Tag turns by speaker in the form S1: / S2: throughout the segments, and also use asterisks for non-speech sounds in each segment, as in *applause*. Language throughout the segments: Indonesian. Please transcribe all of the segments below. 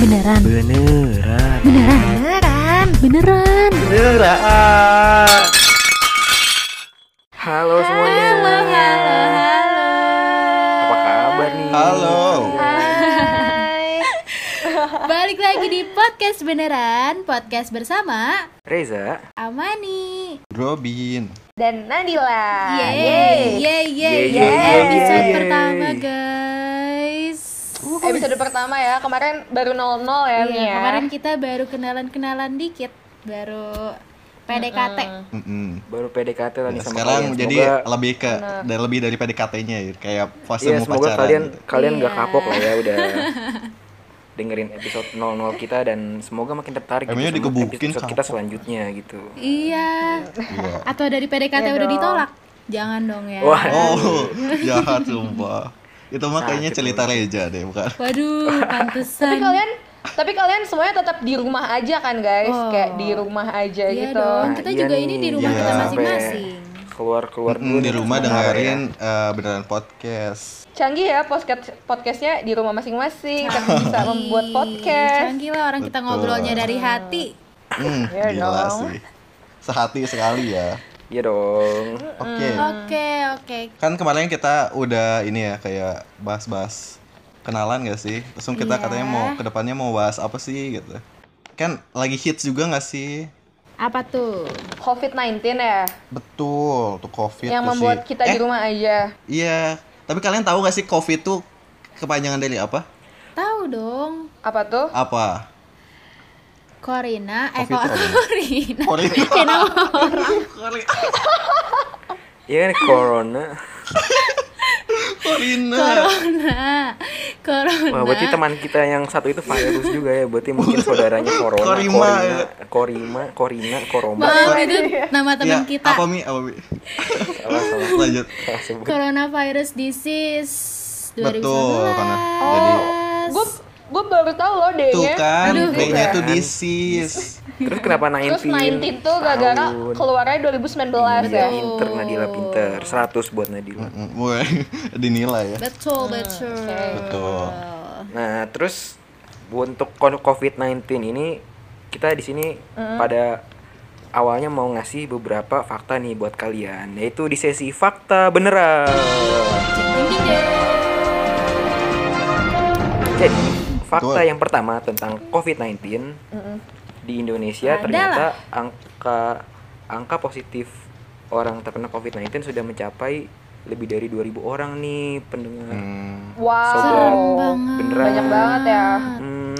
S1: Beneran.
S2: Beneran.
S1: Beneran.
S3: Beneran.
S1: Beneran.
S2: Beneran. Halo semuanya.
S3: halo, halo.
S2: Apa kabar nih?
S4: Halo.
S3: Hai.
S1: Balik lagi di podcast beneran, podcast bersama
S2: Reza.
S1: Amani.
S4: Robin.
S3: Dan Nadila.
S1: Yeay, yeay, yeay,
S2: Yeay,
S1: yeay.
S3: Ah, yeay,
S1: Episode
S2: yeay.
S1: pertama, guys.
S3: Episode pertama ya, kemarin baru 00
S1: Iya,
S3: ya, Mia.
S1: kemarin kita baru kenalan-kenalan dikit, baru PDKT.
S4: Mm-mm.
S2: Baru PDKT tadi
S4: Ya,
S2: sama
S4: sekarang
S2: kalian.
S4: jadi
S2: Semoga-
S4: lebih ke dan lebih dari PDKT-nya ya, kayak fase
S2: Iya,
S4: mau
S2: semoga
S4: pacaran.
S2: kalian
S4: gitu.
S2: kalian nggak
S1: Iya.
S2: kapok lah ya
S1: *laughs*
S2: udah dengerin episode 00 kita dan semoga makin tertarik
S4: Emangnya
S2: gitu sama
S4: dikebukin
S2: episode kita
S4: kapok.
S2: selanjutnya gitu.
S1: Iya.
S4: Iya.
S1: Atau dari PDKT
S3: Iya
S1: udah
S3: dong.
S1: ditolak? Jangan dong ya.
S2: Wah.
S4: Oh, *laughs* jahat sumpah. Itu mah kayaknya
S2: Sakit
S4: cerita
S2: banget.
S4: Reja deh, bukan?
S1: Waduh,
S3: Tapi
S1: pantesan.
S3: kalian tapi kalian semuanya tetap di rumah aja kan guys
S1: Oh.
S3: kayak di rumah aja
S1: Iya
S3: gitu
S1: dong. Kita juga ini di rumah
S2: Nah, iya,
S4: kita
S2: sampai
S1: masing-masing.
S2: Keluar-keluar
S4: Mm,
S2: dulu
S4: di
S2: nih,
S4: rumah
S2: sebentar ya.
S4: dengerin eh, beneran podcast.
S3: canggih ya podcast podcastnya di rumah masing-masing tapi bisa membuat podcast
S1: Canggih lah orang kita
S4: Betul.
S1: ngobrolnya dari hati.
S4: Mm,
S3: Iya
S4: gila
S3: dong.
S4: sih. Sehati sekali ya.
S2: Iya dong.
S4: Oke.
S1: Hmm. Oke, oke.
S4: Kan kemarin kita udah ini ya kayak bahas-bahas kenalan gak sih? Langsung kita
S1: Iya.
S4: katanya mau kedepannya mau bahas apa sih gitu. Kan lagi hits juga gak sih?
S1: Apa tuh?
S3: COVID-19 ya
S4: Betul, tuh COVID
S3: yang
S4: tuh
S3: membuat
S4: sih.
S3: kita
S4: Eh,
S3: di rumah aja
S4: Iya, tapi kalian tahu gak sih COVID tuh kepanjangan dari apa?
S1: Tahu dong.
S3: apa tuh
S4: Apa?
S1: Corina, eh
S4: Covid
S1: kok
S4: Corona.
S1: Corina.
S4: Corona.
S2: Iya kan corona.
S4: Corona.
S1: Corona. Corona.
S2: Wah, berarti teman kita yang satu itu virus juga ya. Berarti
S4: *laughs*
S2: mungkin saudaranya corona,
S4: Korima,
S2: corina,
S4: ya.
S2: korima, corina, koroma.
S1: Maaf itu nama
S4: Ya,
S1: teman kita.
S4: Apa mi? Apa mi?
S2: Salah, salah,
S4: Lanjut.
S2: salah sebut.
S1: Coronavirus disease 2019.
S4: Betul, karena jadi
S3: gue gue baru tahu loh
S4: *laughs* tuh
S3: D-nya
S4: kan,
S1: Aduh.
S4: D-nya tuh
S2: Bukan.
S4: disease.
S2: Terus kenapa 19?
S3: terus 19 tuh gara-gara
S2: Tahun.
S3: keluarnya
S2: Iya,
S3: 2019 ya
S2: pinter Nadila pinter. 100 buat Nadila.
S4: Wah, *laughs* dinilai ya.
S1: Betul, betul.
S4: Betul.
S2: Nah, terus untuk kon- COVID-19 ini kita di sini pada awalnya mau ngasih beberapa fakta nih buat kalian, yaitu di sesi fakta beneran.
S1: Ding, ding, ding.
S2: Jadi, fakta
S4: Betul.
S2: yang pertama tentang COVID-19 di Indonesia
S1: Adalah.
S2: ternyata angka angka positif orang terkena COVID-19 sudah mencapai lebih dari 2000 orang nih pendengar.
S4: Hmm,
S3: wow
S2: Serem
S1: banget.
S2: Beneran.
S3: banyak banget ya
S2: Hmm.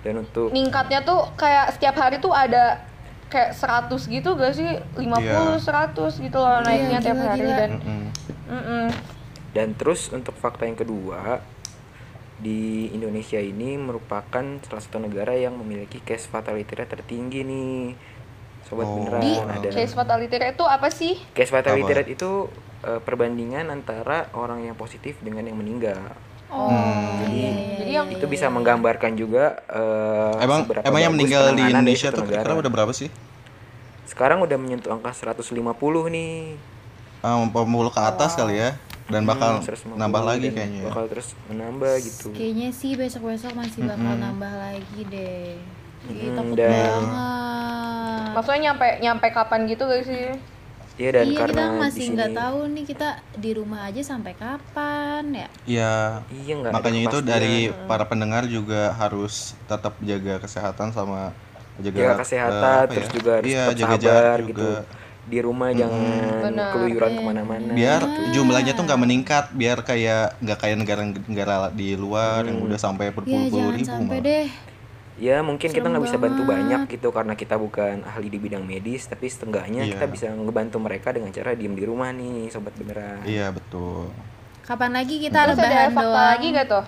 S2: Dan untuk
S3: ningkatnya tuh kayak setiap hari tuh ada kayak 100 gitu gak sih 50
S4: Iya.
S3: 100 gitu loh naiknya
S1: Iya,
S3: tiap
S1: gila,
S3: hari
S1: gila.
S3: dan
S4: hmm.
S3: mm-mm.
S2: Dan terus untuk fakta yang kedua, di Indonesia ini merupakan salah satu negara yang memiliki case fatality rate tertinggi nih. Sobat
S4: Oh.
S2: beneran
S4: Di-
S2: ada.
S3: case fatality rate itu apa sih
S2: Case fatality
S4: Apa?
S2: rate itu eh, perbandingan antara orang yang positif dengan yang meninggal.
S1: Oh, iya,
S4: Hmm.
S1: iya,
S3: jadi
S1: iya.
S3: yang
S2: Itu bisa menggambarkan juga eh,
S4: Emang
S2: seberapa
S4: emang yang
S2: bagus
S4: meninggal di
S2: penanganan dari
S4: Indonesia
S2: suatu
S4: tuh
S2: negara.
S4: kira-kira udah berapa sih?
S2: Sekarang udah menyentuh angka 150 nih.
S4: Um, ke atas kali ya dan bakal
S2: Hmm, 150
S4: nambah lagi
S2: dan
S4: kayaknya. ya.
S2: Bakal terus menambah gitu.
S1: Kayaknya sih besok-besok masih bakal nambah lagi deh. Ih,
S2: Mm,
S1: takut
S2: dan-
S1: banget.
S3: maksudnya nyampe nyampe kapan gitu gak sih
S2: Iya dan
S1: iya
S2: karena
S1: kita
S2: di
S1: masih nggak
S2: sini-
S1: tahu nih kita di rumah aja sampai kapan ya.
S4: Iya.
S2: Iya nggak ada
S4: Makanya itu
S2: kepastian.
S4: dari para pendengar juga harus tetap jaga kesehatan sama jaga,
S2: jaga
S4: eh,
S2: kesehatan
S4: apa
S2: terus
S4: ya?
S2: juga harus
S4: iya,
S2: tetap
S4: jaga
S2: sabar
S4: jarak juga.
S2: gitu di rumah jangan
S3: Benar.
S2: keluyuran kemana-mana
S4: Biar jumlahnya tuh nggak meningkat, biar kayak nggak kayak negara-negara di luar
S2: Hmm.
S4: yang udah sampai
S1: Ya jangan
S4: berpuluh-puluh ribu
S1: sampai
S4: malah.
S1: deh.
S2: ya mungkin kita nggak bisa bantu banyak gitu karena kita bukan ahli di bidang medis tapi setengahnya
S4: Iya.
S2: kita bisa ngebantu mereka dengan cara diem di rumah nih sobat beneran
S4: Iya betul.
S1: Kapan lagi kita
S3: terus ada
S1: lebaran
S3: fakta
S1: doang?
S3: lagi gak tuh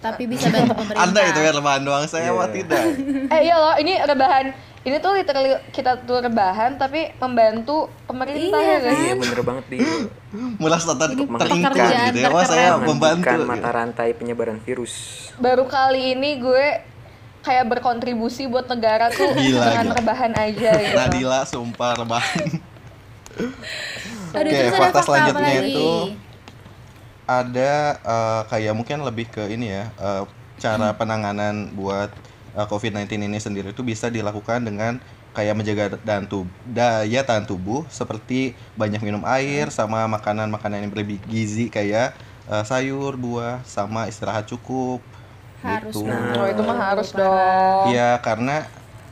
S1: Tapi bisa
S4: *laughs*
S1: bantu pemerintah.
S4: Anda itu kan rebahan doang saya mah
S2: Iya.
S4: tidak.
S3: eh iya loh ini rebahan ini tuh literally kita tuh rebahan tapi membantu pemerintah ya guys
S1: kan?
S2: iya bener banget di
S4: Mulas tatan teringkat
S2: pekerjaan
S4: gitu ya. Wah saya
S1: terkeren.
S4: membantu.
S2: bukan
S4: gitu.
S2: mata rantai penyebaran virus
S3: baru kali ini gue kayak berkontribusi buat negara tuh
S4: Gila,
S3: dengan
S4: gila. Nah,
S3: rebahan
S4: *laughs*
S3: aja gitu
S4: Nadila sumpah rebahan.
S1: Aduh,
S4: Oke,
S1: terus ada
S4: fakta
S1: fakta apa
S4: selanjutnya
S1: lagi?
S4: itu ada eh, kayak mungkin lebih ke ini ya eh, cara penanganan buat uh, COVID-19 ini sendiri itu bisa dilakukan dengan kayak menjaga dan tub- daya tahan tubuh seperti banyak minum air sama makanan-makanan yang bergizi kayak uh, sayur, buah, sama istirahat cukup.
S1: Harus
S4: gitu.
S1: banget.
S3: Oh itu mah harus
S1: Parah.
S3: dong.
S4: Iya, karena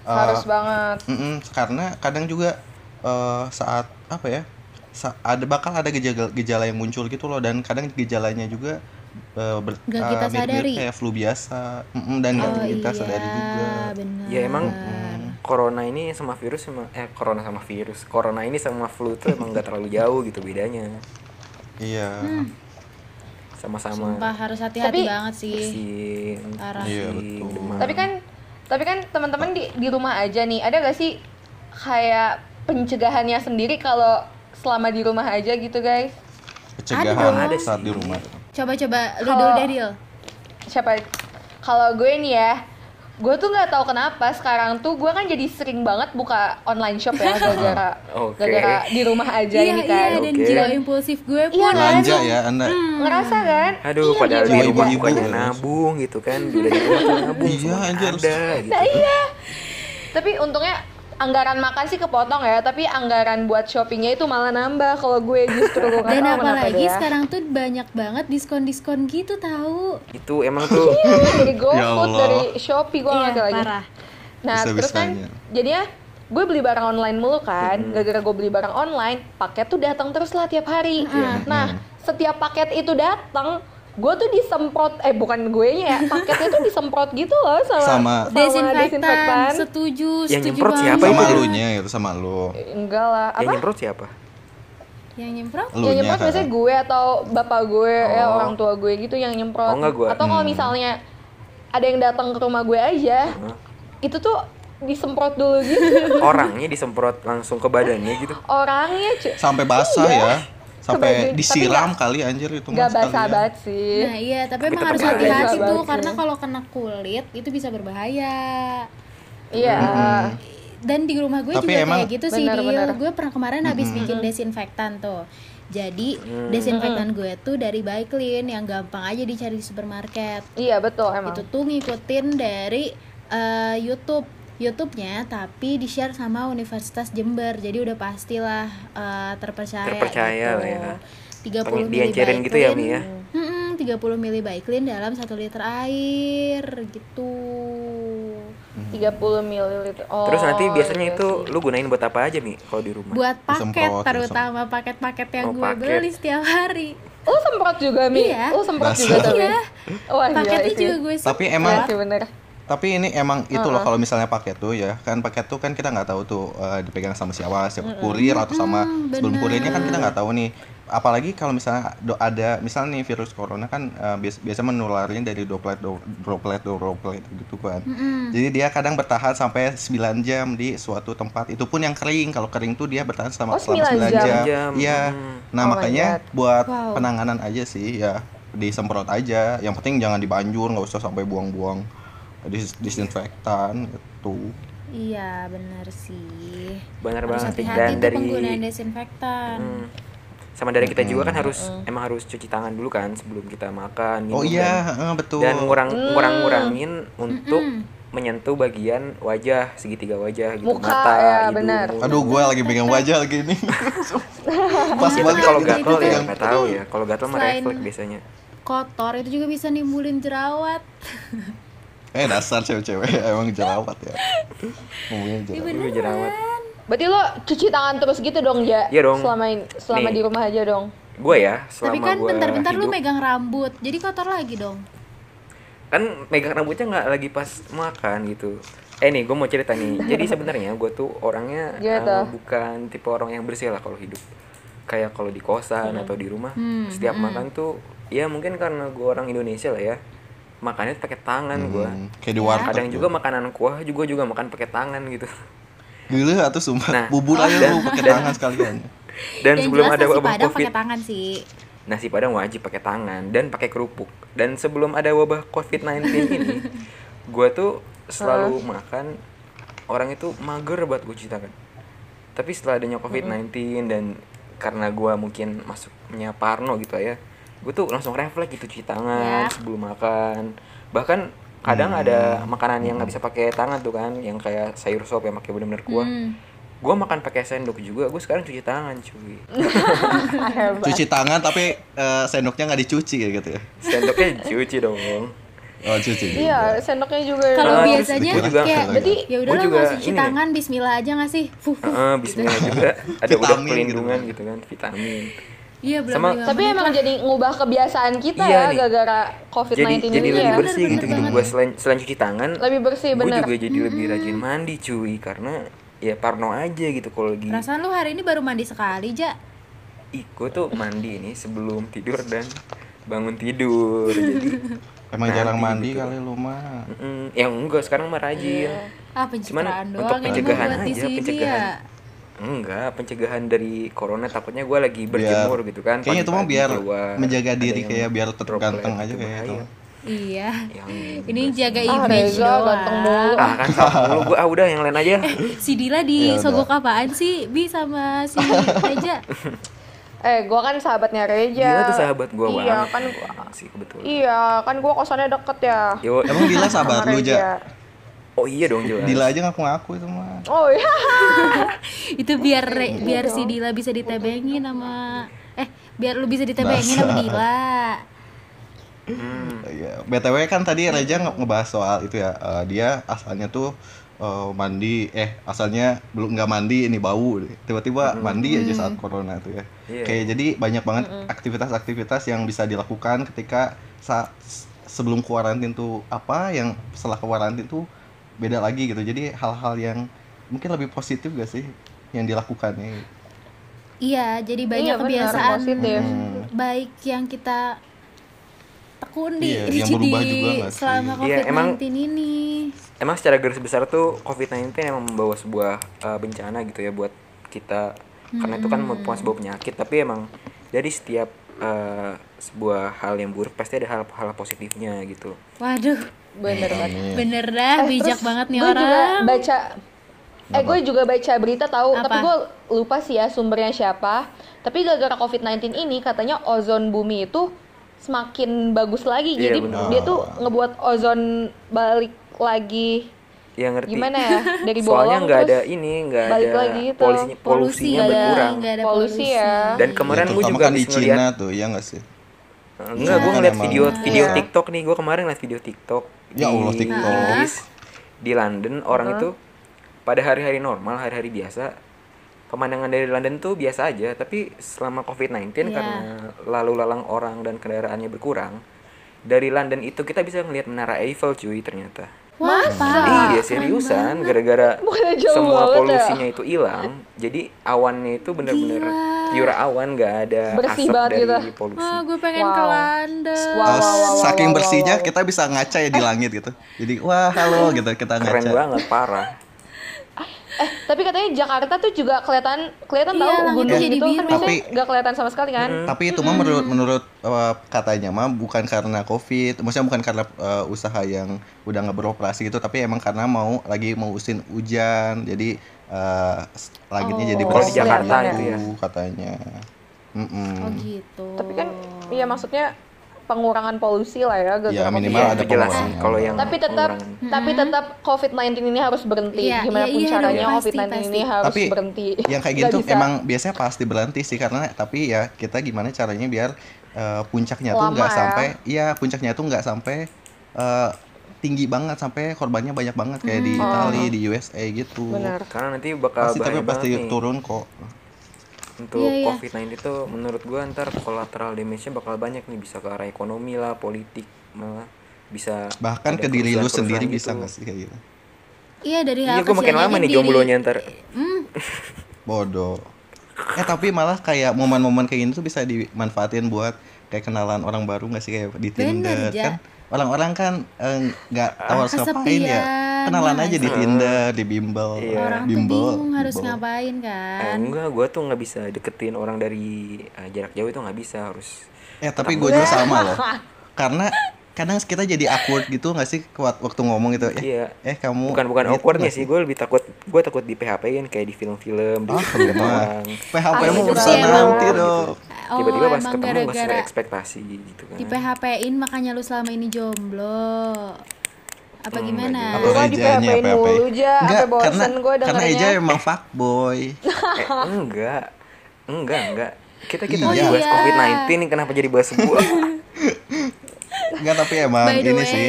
S4: uh,
S3: Harus
S2: Ah.
S3: banget.
S4: Mm-mm, karena kadang juga eh, saat apa ya sa- ada bakal ada gejala-gejala yang muncul gitu loh dan kadang gejalanya juga eh, ber-
S1: Nggak
S4: eh,
S1: kita
S4: mirip-mirip
S1: sadari. iya.
S4: kayak flu biasa Mm-mm,
S1: Oh,
S4: dan nggak kita sadari juga
S1: bener.
S2: Ya emang corona ini sama virus emang eh corona sama virus. Corona ini sama flu tuh emang nggak terlalu jauh gitu bedanya.
S4: iya
S2: Sama-sama
S1: Sumpah
S4: Mm.
S1: harus hati-hati
S3: Tapi-
S1: banget sih.
S2: bersin,
S1: Parah.
S4: Iya,
S2: bersin,
S4: betul.
S2: demam.
S3: Tapi kan tapi kan teman-teman di di rumah aja nih. Ada gak sih kayak pencegahannya sendiri kalau selama di rumah aja gitu guys?
S4: pencegahan
S1: dong.
S2: Ada
S4: saat
S2: sih.
S4: di rumah
S1: Coba-coba lu
S3: Kalau-
S1: dulu deh, Dil.
S3: siapa kalau gue nih ya gue tuh nggak tahu kenapa sekarang tuh gue kan jadi sering banget buka online shop
S2: *laughs*
S3: ya gara-gara
S2: Oke.
S3: gara-gara di rumah aja
S1: Iya,
S3: ini
S1: iya,
S3: kan
S1: dan
S2: Oke.
S1: jiwa impulsif gue pun
S3: Iya, kan?
S4: manja ya anda
S3: ngerasa kan
S2: Aduh,
S3: Iya,
S2: padahal
S3: di
S2: di
S4: rumah
S2: rumah
S4: ibu-ibu.
S2: bukannya nabung gitu kan, udah di rumah tuh nabung,
S4: Iya,
S2: semuanya
S4: anjir.
S2: ada gitu.
S3: tapi untungnya anggaran makan sih kepotong ya tapi anggaran buat shoppingnya itu malah nambah kalau gue
S1: *laughs*
S3: justru gue nggak
S1: Dan
S3: tahu kenapa
S1: apalagi
S3: deh ya.
S1: sekarang tuh banyak banget diskon-diskon gitu tahu.
S2: Itu emang tuh
S4: Ya
S3: dari GoFood
S4: Allah.
S3: dari Shopee gue nggak
S1: Iya,
S3: ngerti lagi
S1: parah.
S3: Nah, terus kan
S4: Bisa-bisanya.
S3: jadinya gue beli barang online mulu kan. Gara-gara gue beli barang online, paket tuh datang terus lah tiap hari.
S4: Iya.
S3: Nah, setiap paket itu datang, gue tuh disemprot eh bukan gue ya, paketnya tuh disemprot gitu loh sama
S4: Sama-
S1: Desinfektan,
S3: desinfektan.
S1: setuju,
S2: Yang
S1: setuju
S2: nyemprot
S1: banget.
S2: siapa
S4: sama
S2: itu?
S4: lu nya gitu sama lu
S3: Enggak lah,
S2: yang
S3: apa?
S2: nyemprot siapa?
S1: Yang nyemprot?
S4: lu
S3: yang
S4: nya
S3: nyemprot biasanya gue atau bapak gue ya
S2: kan? Oh.
S3: orang tua gue gitu yang nyemprot.
S2: Oh, enggak gue.
S3: Atau kalau misalnya ada yang datang ke rumah gue aja, itu tuh disemprot
S2: *laughs*
S3: dulu gitu
S2: Orangnya disemprot langsung ke badannya gitu.
S3: orangnya cuy.
S4: sampai basah ya
S3: Kebagian.
S4: sampai
S3: Tapi
S4: disiram kali anjir itu ya.
S3: Gak
S4: mas
S3: basah
S4: kalian.
S3: banget sih.
S2: ya?
S1: Nah iya, tapi,
S2: Tapi
S1: emang
S2: tetap
S1: harus
S2: aja.
S1: hati-hati
S3: Tetap
S1: tuh
S3: aja.
S1: karena kalau kena kulit itu bisa berbahaya.
S3: Iya.
S2: Hmm.
S1: Dan di rumah gue
S4: Tapi
S1: juga
S4: emang-
S1: kayak gitu sih,
S3: Benar,
S1: Dil.
S3: benar.
S1: Gue pernah kemarin habis bikin desinfektan tuh. Jadi
S2: Hmm.
S1: desinfektan gue tuh dari Baiklin yang gampang aja dicari di supermarket.
S3: Iya betul emang.
S1: Itu tuh ngikutin dari eh, YouTube. YouTube-nya tapi di-share sama Universitas Jember. Jadi udah pastilah eh, terpercaya,
S2: Terpercaya
S1: gitu.
S2: lah ya.
S1: 30 mili
S2: Diencerin gitu ya, Mi, ya?
S1: Mm-mm, 30 mili Baiklin dalam 1 liter air gitu.
S3: 30 ml. Oh.
S2: Terus nanti biasanya
S3: iya
S2: itu
S3: sih.
S2: lu gunain buat apa aja, Mi? Kalau di rumah.
S1: Buat paket
S4: Disemprot,
S1: terutama paket-paket yang
S2: Oh,
S1: gue
S2: paket.
S1: beli setiap hari.
S3: Lu semprot juga, Mi?
S1: Iya.
S3: Lu semprot
S4: Basah.
S3: juga tapi?
S1: Iya.
S3: Wah, gila
S1: Paketnya
S3: sih.
S1: juga gue
S4: tapi
S1: semprot.
S4: emang
S3: Iya sih bener.
S4: Tapi ini emang itu loh kalau misalnya paket tuh ya kan paket tuh kan kita nggak tahu tuh eh, dipegang sama siapa siapa kurir atau sama
S1: Mm-mm,
S4: sebelum
S1: bener.
S4: kurirnya kan kita nggak tahu nih apalagi kalau misalnya do- ada misalnya nih virus corona kan eh, bias- biasa menularnya dari droplet do- droplet do- droplet gitu kan jadi dia kadang bertahan sampai 9 jam di suatu tempat itu pun yang kering kalau kering tuh dia bertahan sama
S3: Oh,
S4: selama 9
S3: 9 jam.
S4: jam,
S2: Jam,
S4: iya
S2: mm.
S4: nah
S3: Oh my
S4: makanya buat
S1: Wow.
S4: penanganan aja sih ya disemprot aja yang penting jangan dibanjur nggak usah sampai buang-buang dis- disinfektan gitu
S1: Iya, bener sih.
S2: Benar
S1: Harus
S2: banget. Dan
S1: hati-hati tuh
S2: dari
S1: penggunaan desinfektan.
S2: Hmm. sama dari kita juga kan harus emang harus cuci tangan dulu kan sebelum kita makan.
S4: oh
S2: minum,
S4: iya
S2: dan-
S4: heeh, betul
S2: dan ngurang ngurang ngurangin untuk menyentuh bagian wajah segitiga wajah gitu
S3: Muka,
S2: mata
S3: ya,
S2: hidung,
S3: benar.
S4: aduh gue lagi pegang wajah lagi
S3: *laughs*
S4: ini pas
S2: Ya,
S4: banget gitu, kan.
S2: tapi kalau
S4: lagi
S2: gatel ya
S4: pegang.
S2: nggak tahu ya kalau gatel mah
S1: Selain-
S2: refleks biasanya
S1: Kotor itu juga bisa nimbulin jerawat.
S4: eh dasar cewek-cewek *laughs* emang jerawat ya ngomongnya jerawat
S2: Aduh, jerawat
S3: Berarti lo cuci tangan terus gitu dong, ya?
S2: Iya dong.
S3: Selama in- selama
S2: Nih.
S3: di rumah aja
S1: *laughs*
S3: dong.
S2: gue ya selama
S1: Tapi kan
S2: gua
S1: bentar-bentar lu
S2: hidup-
S1: megang rambut, jadi kotor lagi dong.
S2: kan megang rambutnya nggak lagi pas makan gitu eh nih gue mau cerita nih jadi sebenarnya gue tuh orangnya
S3: Gimana
S2: eh,
S3: tuh?
S2: bukan tipe orang yang bersih lah kalau hidup kayak kalau di kosan atau di rumah setiap makan tuh ya mungkin karena gue orang Indonesia lah ya makannya pakai tangan gue
S4: Hmm, kayak di warteg
S2: kadang
S4: gua.
S2: juga makanan kuah juga juga makan pakai tangan gitu
S4: gila atau sumpah
S2: Nah.
S4: bubur aja lu pakai tangan sekalian
S2: dan
S1: Yang
S2: sebelum
S1: jelas
S2: ada gitu.
S1: nasi
S2: wabah
S1: padang
S2: covid
S1: pakai tangan sih.
S2: nasi padang wajib pakai tangan dan pakai kerupuk dan sebelum ada wabah covid 19 ini gue tuh selalu makan orang itu mager buat gue cuci tangan tapi setelah adanya covid 19 dan karena gue mungkin masuknya parno gitu ya gue tuh langsung refleks gitu cuci tangan sebelum makan bahkan kadang ada makanan yang nggak bisa pakai tangan tuh kan yang kayak sayur sop yang pakai bener-bener kuah
S1: Hmm.
S2: gue makan pakai sendok juga gue sekarang cuci tangan cuy
S3: Hebat.
S4: Cuci tangan tapi eh, sendoknya nggak dicuci kayak gitu ya.
S2: sendoknya cuci dong
S4: Oh, cuci.
S3: Iya,
S4: juga.
S3: sendoknya juga. ya.
S1: Kalau
S2: Nah, terus
S1: biasanya
S4: dikira-
S1: kayak
S4: Berarti
S1: ya
S2: gua
S1: udahlah
S2: juga
S1: nggak usah cuci
S2: ini.
S1: tangan Bismillah aja nggak sih? Fuh, fuh.
S2: Heeh, bismillah juga ada udah
S4: Vitamin gitu
S2: pelindungan
S4: kan.
S2: gitu kan vitamin
S1: Iya belum
S2: Sama-
S1: lima
S3: Tapi
S1: menit
S3: emang
S1: lah.
S3: jadi ngubah kebiasaan kita
S2: kan Iya
S3: ya
S2: nih.
S3: gara-gara
S2: jadi
S3: COVID-19
S2: jadi
S3: ini
S2: lebih
S3: ya.
S1: bener,
S2: bersih
S1: bener
S2: gitu hidup
S1: banget.
S2: gue selain selain cuci tangan
S3: Lebih bersih,
S2: gue
S3: bener. Ah,
S2: juga jadi lebih rajin mandi cuy karena ya parno aja gitu kalau lagi
S1: Perasaan lu hari ini baru mandi sekali, Ja.
S2: Ih, gua tuh mandi ini sebelum tidur dan bangun tidur
S1: *laughs*
S2: jadi
S4: Emang jarang mandi
S2: gitu.
S4: kali lu mah.
S2: mm, yang enggak sekarang mah rajin
S1: Ah,
S2: Cuman
S1: pencitraan
S2: untuk
S1: doang ini mah
S2: pencegahan
S1: buat di
S2: aja,
S1: sini
S2: pencegahan.
S1: ya.
S2: enggak pencegahan dari corona takutnya gue lagi
S4: Biar-
S2: berjemur gitu kan
S4: Kayaknya itu mah
S2: pagi-pagi
S4: biar
S2: keluar,
S4: menjaga
S2: ada
S4: diri
S2: yang
S4: kayak biar tetap
S2: droplet
S4: ganteng aja
S2: itu
S4: kayak gitu. itu.
S2: bahaya.
S1: Iya.
S2: Yang
S1: Ini jaga
S3: Ah,
S1: image
S3: Reza, ganteng mulu.
S1: doang.
S2: ah kan sama mulu gue ah udah yang lain
S3: *laughs*
S2: aja
S1: Si Dila di
S4: Ya udah.
S1: sogok apaan sih? Bi sama
S2: *laughs*
S1: si Reja.
S3: Eh, gua kan sahabatnya Reja.
S2: Gila tuh sahabat gue
S3: Iya,
S2: banget
S3: kan
S2: sih kebetulan
S3: Iya, kan gua kosannya deket ya.
S2: Yo,
S4: Emang Dila sahabat
S3: Sama
S4: lu,
S3: Reja.
S4: Ja?
S2: oh iya dong jelas
S4: Dila aja ngaku-ngaku itu mah.
S3: Oh iya.
S1: Itu biar
S2: Iya
S1: Re- biar si Dila bisa ditebengin sama eh biar lu bisa ditebengin sama Dila.
S2: Hmm,
S4: Iya, BTW kan tadi Reja nge- ngebahas soal itu ya. eh, dia asalnya tuh eh, mandi eh asalnya belum nggak mandi ini bau. Tiba-tiba mandi aja saat corona tuh ya.
S2: Hmm. Iya.
S4: Kayak jadi banyak banget aktivitas-aktivitas yang bisa dilakukan ketika saat sebelum kuarantin tuh apa yang setelah kuarantin tuh beda lagi gitu. Jadi hal-hal yang mungkin lebih positif gak sih yang dilakukannya?
S1: Iya, jadi banyak
S3: Iya, benar,
S1: kebiasaan
S3: positif.
S2: Hmm.
S1: baik yang kita tekuni *laughs*
S4: Iya,
S1: di
S4: yang berubah juga nggak sih?
S1: selama
S2: Iya,
S1: COVID-19
S2: emang-
S1: ini.
S2: emang secara garis besar tuh COVID-19 emang membawa sebuah uh, bencana gitu ya buat kita karena itu kan
S3: Hmm.
S2: merupakan sebuah penyakit tapi emang dari setiap uh, sebuah hal yang buruk pasti ada hal-hal positifnya gitu
S1: Waduh,
S3: Bener banget.
S2: Iya.
S4: Iya.
S1: bener dah
S3: Eh,
S1: bijak
S3: terus
S1: banget nih
S3: gua juga
S1: orang.
S3: baca eh gue juga baca berita tahu
S1: Apa?
S3: tapi gue lupa sih ya sumbernya siapa tapi gara-gara covid 19 ini katanya ozon bumi itu semakin bagus lagi
S2: Iya,
S3: jadi
S2: benar.
S3: dia tuh ngebuat ozon balik lagi
S2: ya ngerti
S3: gimana
S2: *laughs*
S3: ya dari
S2: soalnya
S3: bolong
S2: nggak ada
S3: terus
S2: ini nggak
S3: balik
S2: ada
S3: lagi gitu.
S2: polisinya
S1: Polusi
S2: polusinya
S1: nggak ada-
S2: berkurang
S1: nggak ada
S3: Polusi ya.
S1: polusi.
S2: dan kemarin
S4: Ya,
S2: gue
S4: terutama
S2: juga
S4: kan di
S2: habis ngeliat
S4: Cina tuh, ya nggak sih?
S2: Enggak,
S4: Iya,
S2: gue
S4: kan
S2: ngeliat
S4: emang.
S2: video video
S3: Iya.
S2: TikTok nih. Gue kemarin ngeliat video TikTok
S4: Ya Allah,
S2: di
S4: TikTok.
S2: Inggris, di London orang itu pada hari-hari normal, hari-hari biasa pemandangan dari London tuh biasa aja. Tapi selama COVID-19
S1: Iya.
S2: karena lalu lalang orang dan kendaraannya berkurang, dari London itu kita bisa ngelihat menara Eiffel cuy ternyata.
S1: Wah, parah.
S2: Iya seriusan,
S3: *laughs*
S2: gara-gara
S3: Bukannya jauh
S2: semua
S3: banget ya.
S2: polusinya itu hilang, jadi awannya itu bener-bener pure awan, nggak ada
S3: Bersih
S2: asap
S3: banget
S2: dari
S3: gitu.
S2: polusi.
S1: Wah, gue pengen ke
S3: Wow.
S1: London.
S3: Wow, wow, wow, wow,
S4: saking
S3: wow,
S4: bersihnya
S3: wow.
S4: kita bisa ngaca ya di langit gitu. Jadi wah halo gitu kita
S2: Keren
S4: ngaca.
S2: banget, parah.
S3: eh tapi katanya Jakarta tuh juga kelihatan kelihatan
S1: Iya,
S3: tahu
S1: langitnya
S3: gunung
S1: jadi
S3: itu kan
S1: biru.
S3: biasanya
S4: Tapi-
S3: nggak kelihatan sama sekali kan
S2: Hmm.
S4: Tapi itu mah menurut menurut eh, katanya mah bukan karena covid, maksudnya bukan karena eh, usaha yang udah nggak beroperasi gitu, tapi emang karena mau lagi mau usin hujan, jadi eh, s- langitnya jadi
S3: Oh,
S4: bersih
S2: Kalau di Jakarta
S4: gitu
S2: itu ya.
S4: katanya. Mm-mm.
S1: Oh gitu.
S3: tapi kan iya maksudnya pengurangan polusi lah ya
S4: Ya
S3: gara-gara
S4: minimal
S2: Iya,
S4: ada
S2: itu jelas
S4: pengurangan.
S2: kalau yang
S3: tapi tetap
S2: pengurangan.
S3: tapi tetap COVID-19 ini harus berhenti
S1: Iya,
S3: gimana
S1: iya,
S3: pun
S1: iya,
S3: caranya
S1: dong, pasti,
S3: COVID-19 ini
S1: pasti.
S3: harus
S4: Tapi
S3: berhenti *laughs*
S4: yang kayak
S3: Nggak
S4: gitu
S3: bisa.
S4: emang biasanya pasti berhenti sih karena tapi ya kita gimana caranya biar eh, puncaknya tuh
S3: Lama
S4: nggak
S3: ya.
S4: sampai iya puncaknya tuh nggak sampai eh, tinggi banget sampai korbannya banyak banget kayak di Itali di USA gitu
S3: Hmm. Oh. benar
S2: karena nanti bakal
S4: pasti tapi
S2: bahaya
S4: pasti
S2: banget nih.
S4: turun kok
S2: untuk
S1: Iya, iya.
S2: COVID-19 itu menurut gua ntar collateral damage-nya bakal banyak nih bisa ke arah ekonomi lah, politik malah bisa
S4: bahkan ke
S2: ada
S4: diri lu
S2: kerusuhan-kerusuhan
S4: sendiri
S2: gitu.
S4: bisa nggak sih kayak gitu
S1: Iya dari hal
S2: Iya, gua makin
S1: kecil
S2: lama
S1: aja
S2: nih
S1: diri-
S2: jomblonya ntar.
S1: Hmm,
S4: bodoh eh tapi malah kayak momen-momen kayak gini tuh bisa dimanfaatin buat kayak kenalan orang baru nggak sih kayak
S1: Bener,
S4: di Tinder
S1: Ja.
S4: kan orang-orang kan eh, nggak tahu harus ngapain ya
S1: Ah, Kesepian,
S4: kenalan
S1: makanya.
S4: aja di Tinder di Bimbel
S2: Iya.
S1: orang tuh
S4: Bimbel
S1: bingung harus
S4: Bimbel.
S1: ngapain kan.
S2: Eh, enggak, gua tuh nggak bisa deketin orang dari eh, jarak jauh itu nggak bisa harus.
S4: Eh tapi gue juga sama
S1: *laughs*
S4: loh. Karena kadang kita jadi awkward gitu nggak sih ke wak- waktu ngomong gitu. Eh,
S2: Iya.
S4: eh kamu
S2: Bukan bukan
S4: gitu
S2: awkwardnya
S4: nggak
S2: sih, gua lebih takut gua takut di PHP-in kan, kayak di film-film, di
S4: Ah,
S2: film
S4: mah.
S2: orang.
S4: PHP mu
S1: Asik
S4: urusan
S1: banget.
S4: nanti dong.
S1: Oh,
S2: Tiba-tiba pas
S1: emang
S2: ketemu nggak sesuai
S1: gara-gara
S2: ekspektasi gitu kan.
S1: di PHP-in makanya lu selama ini jomblo. Apa gimana?
S4: Apa
S3: Gua di PHP-in mulu, Ja.
S4: Enggak,
S3: Sampai bosen
S4: karena,
S3: gua
S4: karena Eja
S3: dengernya.
S4: emang fuckboy.
S2: Eh, enggak. Enggak, enggak. Kita kita
S4: Oh
S2: lagi bahas
S1: iya.
S2: COVID-19 nih kenapa jadi bahas
S3: *laughs*
S2: sebuah?
S4: *laughs* Enggak, tapi emang
S1: By the
S4: ini
S1: way,
S4: sih.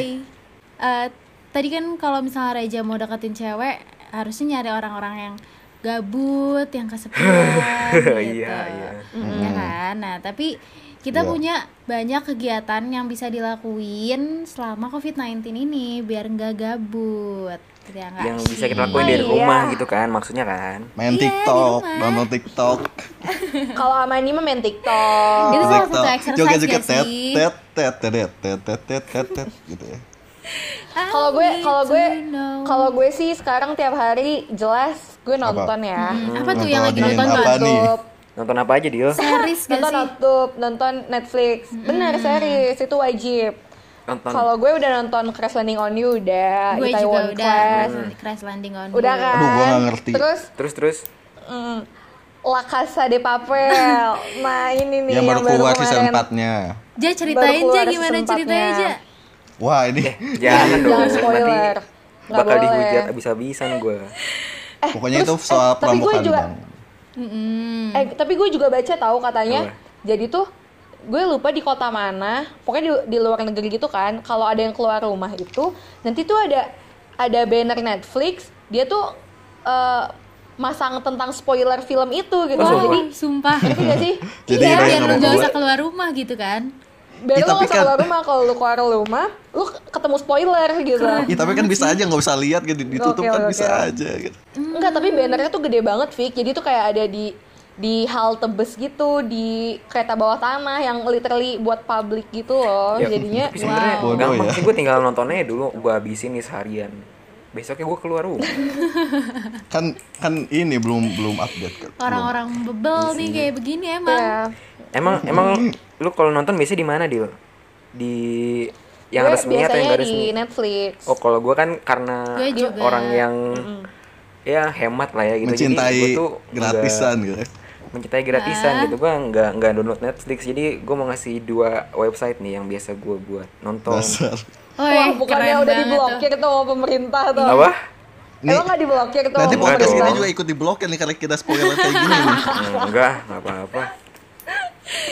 S1: eh, tadi kan kalau misalnya Reja mau deketin cewek, harusnya nyari orang-orang yang gabut, yang kesepian gitu.
S2: Iya, iya.
S1: Mm, ya kan? Nah, tapi kita
S4: Iya.
S1: punya banyak kegiatan yang bisa dilakuin selama COVID-19 ini biar nggak gabut. Ya nggak
S2: yang bisa kita
S1: sih?
S2: lakuin dari
S3: Oh, iya.
S2: rumah gitu kan maksudnya kan.
S1: Iya,
S4: Main
S1: di
S4: TikTok,
S1: rumah.
S4: nonton TikTok.
S3: Kalau sama ini mah main TikTok.
S1: *laughs* Itu salah satu
S4: TikTok.
S1: exercise
S4: Joget-joget
S1: nggak
S4: tet
S1: sih?
S4: tet tet tet tet tet tet tet tet gitu
S1: *laughs*
S4: ya.
S3: Kalau gue,
S1: I
S3: kalau
S1: need
S3: gue,
S1: to know.
S3: kalau gue sih sekarang tiap hari jelas gue nonton ya.
S2: Hmm.
S1: apa tuh yang lagi
S4: Nontonin
S1: nonton
S4: apa
S1: tuh?
S4: nih?
S3: YouTube,
S2: Nonton apa aja Dil?
S1: Series gak
S3: nonton
S1: sih?
S3: YouTube, nonton Netflix. Benar series itu wajib.
S2: Nonton.
S3: Kalau gue udah nonton Crash Landing on You udah,
S1: Gue juga
S3: Itaewon
S1: udah
S3: Class,
S2: Hmm.
S1: Crash Landing on
S3: udah
S1: You.
S3: kan.
S4: Aduh, gue nggak ngerti.
S3: Terus
S2: Terus terus
S3: mm, La Casa de Papel. nah ini nih
S4: Yang baru keluar season
S3: kemarin.
S4: 4-nya.
S1: Ja ceritain
S3: Baru
S1: Ja
S3: keluar ya.
S1: gimana
S3: season
S1: ceritanya
S3: empatnya.
S1: Ja?
S4: Wah, ini
S3: Eh,
S2: jangan dong
S3: Jangan spoiler.
S2: nanti
S3: Nggak
S2: bakal
S3: boleh.
S2: dihujat abis-abisan gue.
S3: Eh,
S4: *laughs* pokoknya itu
S3: terus- eh,
S4: soal
S3: tapi gue
S4: pramuka
S3: juga-
S4: bang.
S1: Mm-mm.
S3: Eh, tapi gue juga baca tahu katanya.
S2: Apa?
S3: Jadi tuh gue lupa di kota mana. Pokoknya di, di luar negeri gitu kan. Kalau ada yang keluar rumah itu, nanti tuh ada ada banner Netflix. Dia tuh eh, masang tentang spoiler film itu gitu.
S2: Oh,
S3: Jadi
S1: Sumpah.
S3: ngerti Gitu gak sih?
S4: *laughs* Jadi
S1: Iya, biar lu
S4: heroin sama
S1: gak
S4: gue.
S1: usah keluar rumah gitu kan.
S4: Ih,
S3: Biar lu
S4: tapi
S3: nggak usah
S4: kan-
S3: keluar rumah kalau lu keluar rumah, lu ketemu spoiler gitu.
S4: Ih, tapi kan bisa aja nggak usah lihat gitu ditutup
S3: Gokil,
S4: kan bisa
S3: gokil.
S4: aja gitu.
S3: Enggak, tapi bannernya tuh gede banget, Fik. Jadi tuh kayak ada di di halte bus gitu, di kereta bawah tanah yang literally buat public gitu loh.
S2: Ya,
S3: Jadinya
S2: tapi sebenarnya
S1: Wow.
S4: Bodoh
S2: gampang
S4: ya.
S2: sih gue tinggal nontonnya dulu gue habisin nih seharian. Besoknya gue keluar rumah.
S4: Kan kan ini belum belum update kan.
S1: Orang-orang bebel
S2: Iya.
S1: nih kayak begini emang.
S3: ya.
S2: Emang emang lu kalau nonton biasanya di mana Dil? Di yang
S3: Gue
S2: resminya atau yang
S3: biasanya
S2: gak
S3: di
S2: resmi?
S3: Netflix.
S2: Oh kalau gue kan karena
S1: Gue juga.
S2: orang yang ya hemat lah ya gitu. Jadi
S4: mencintai
S2: gua tuh
S4: gratisan gitu.
S2: nggak- mencintai gratisan gitu gue nggak nggak download Netflix. Jadi gue mau ngasih dua website nih yang biasa gue buat nonton.
S4: Dasar.
S1: Oh,
S3: Wah, bukannya udah diblokir tuh sama pemerintah tuh.
S2: Apa?
S4: Nih,
S3: Emang nggak diblokir tuh
S4: Nanti
S3: sama
S2: Enggak
S4: podcast
S3: pemerintah?
S4: ini
S2: dong.
S4: juga ikut diblokir nih karena kita spoiler kayak gini
S3: *laughs*
S4: nih.
S2: Nah, Enggak, nggak apa-apa.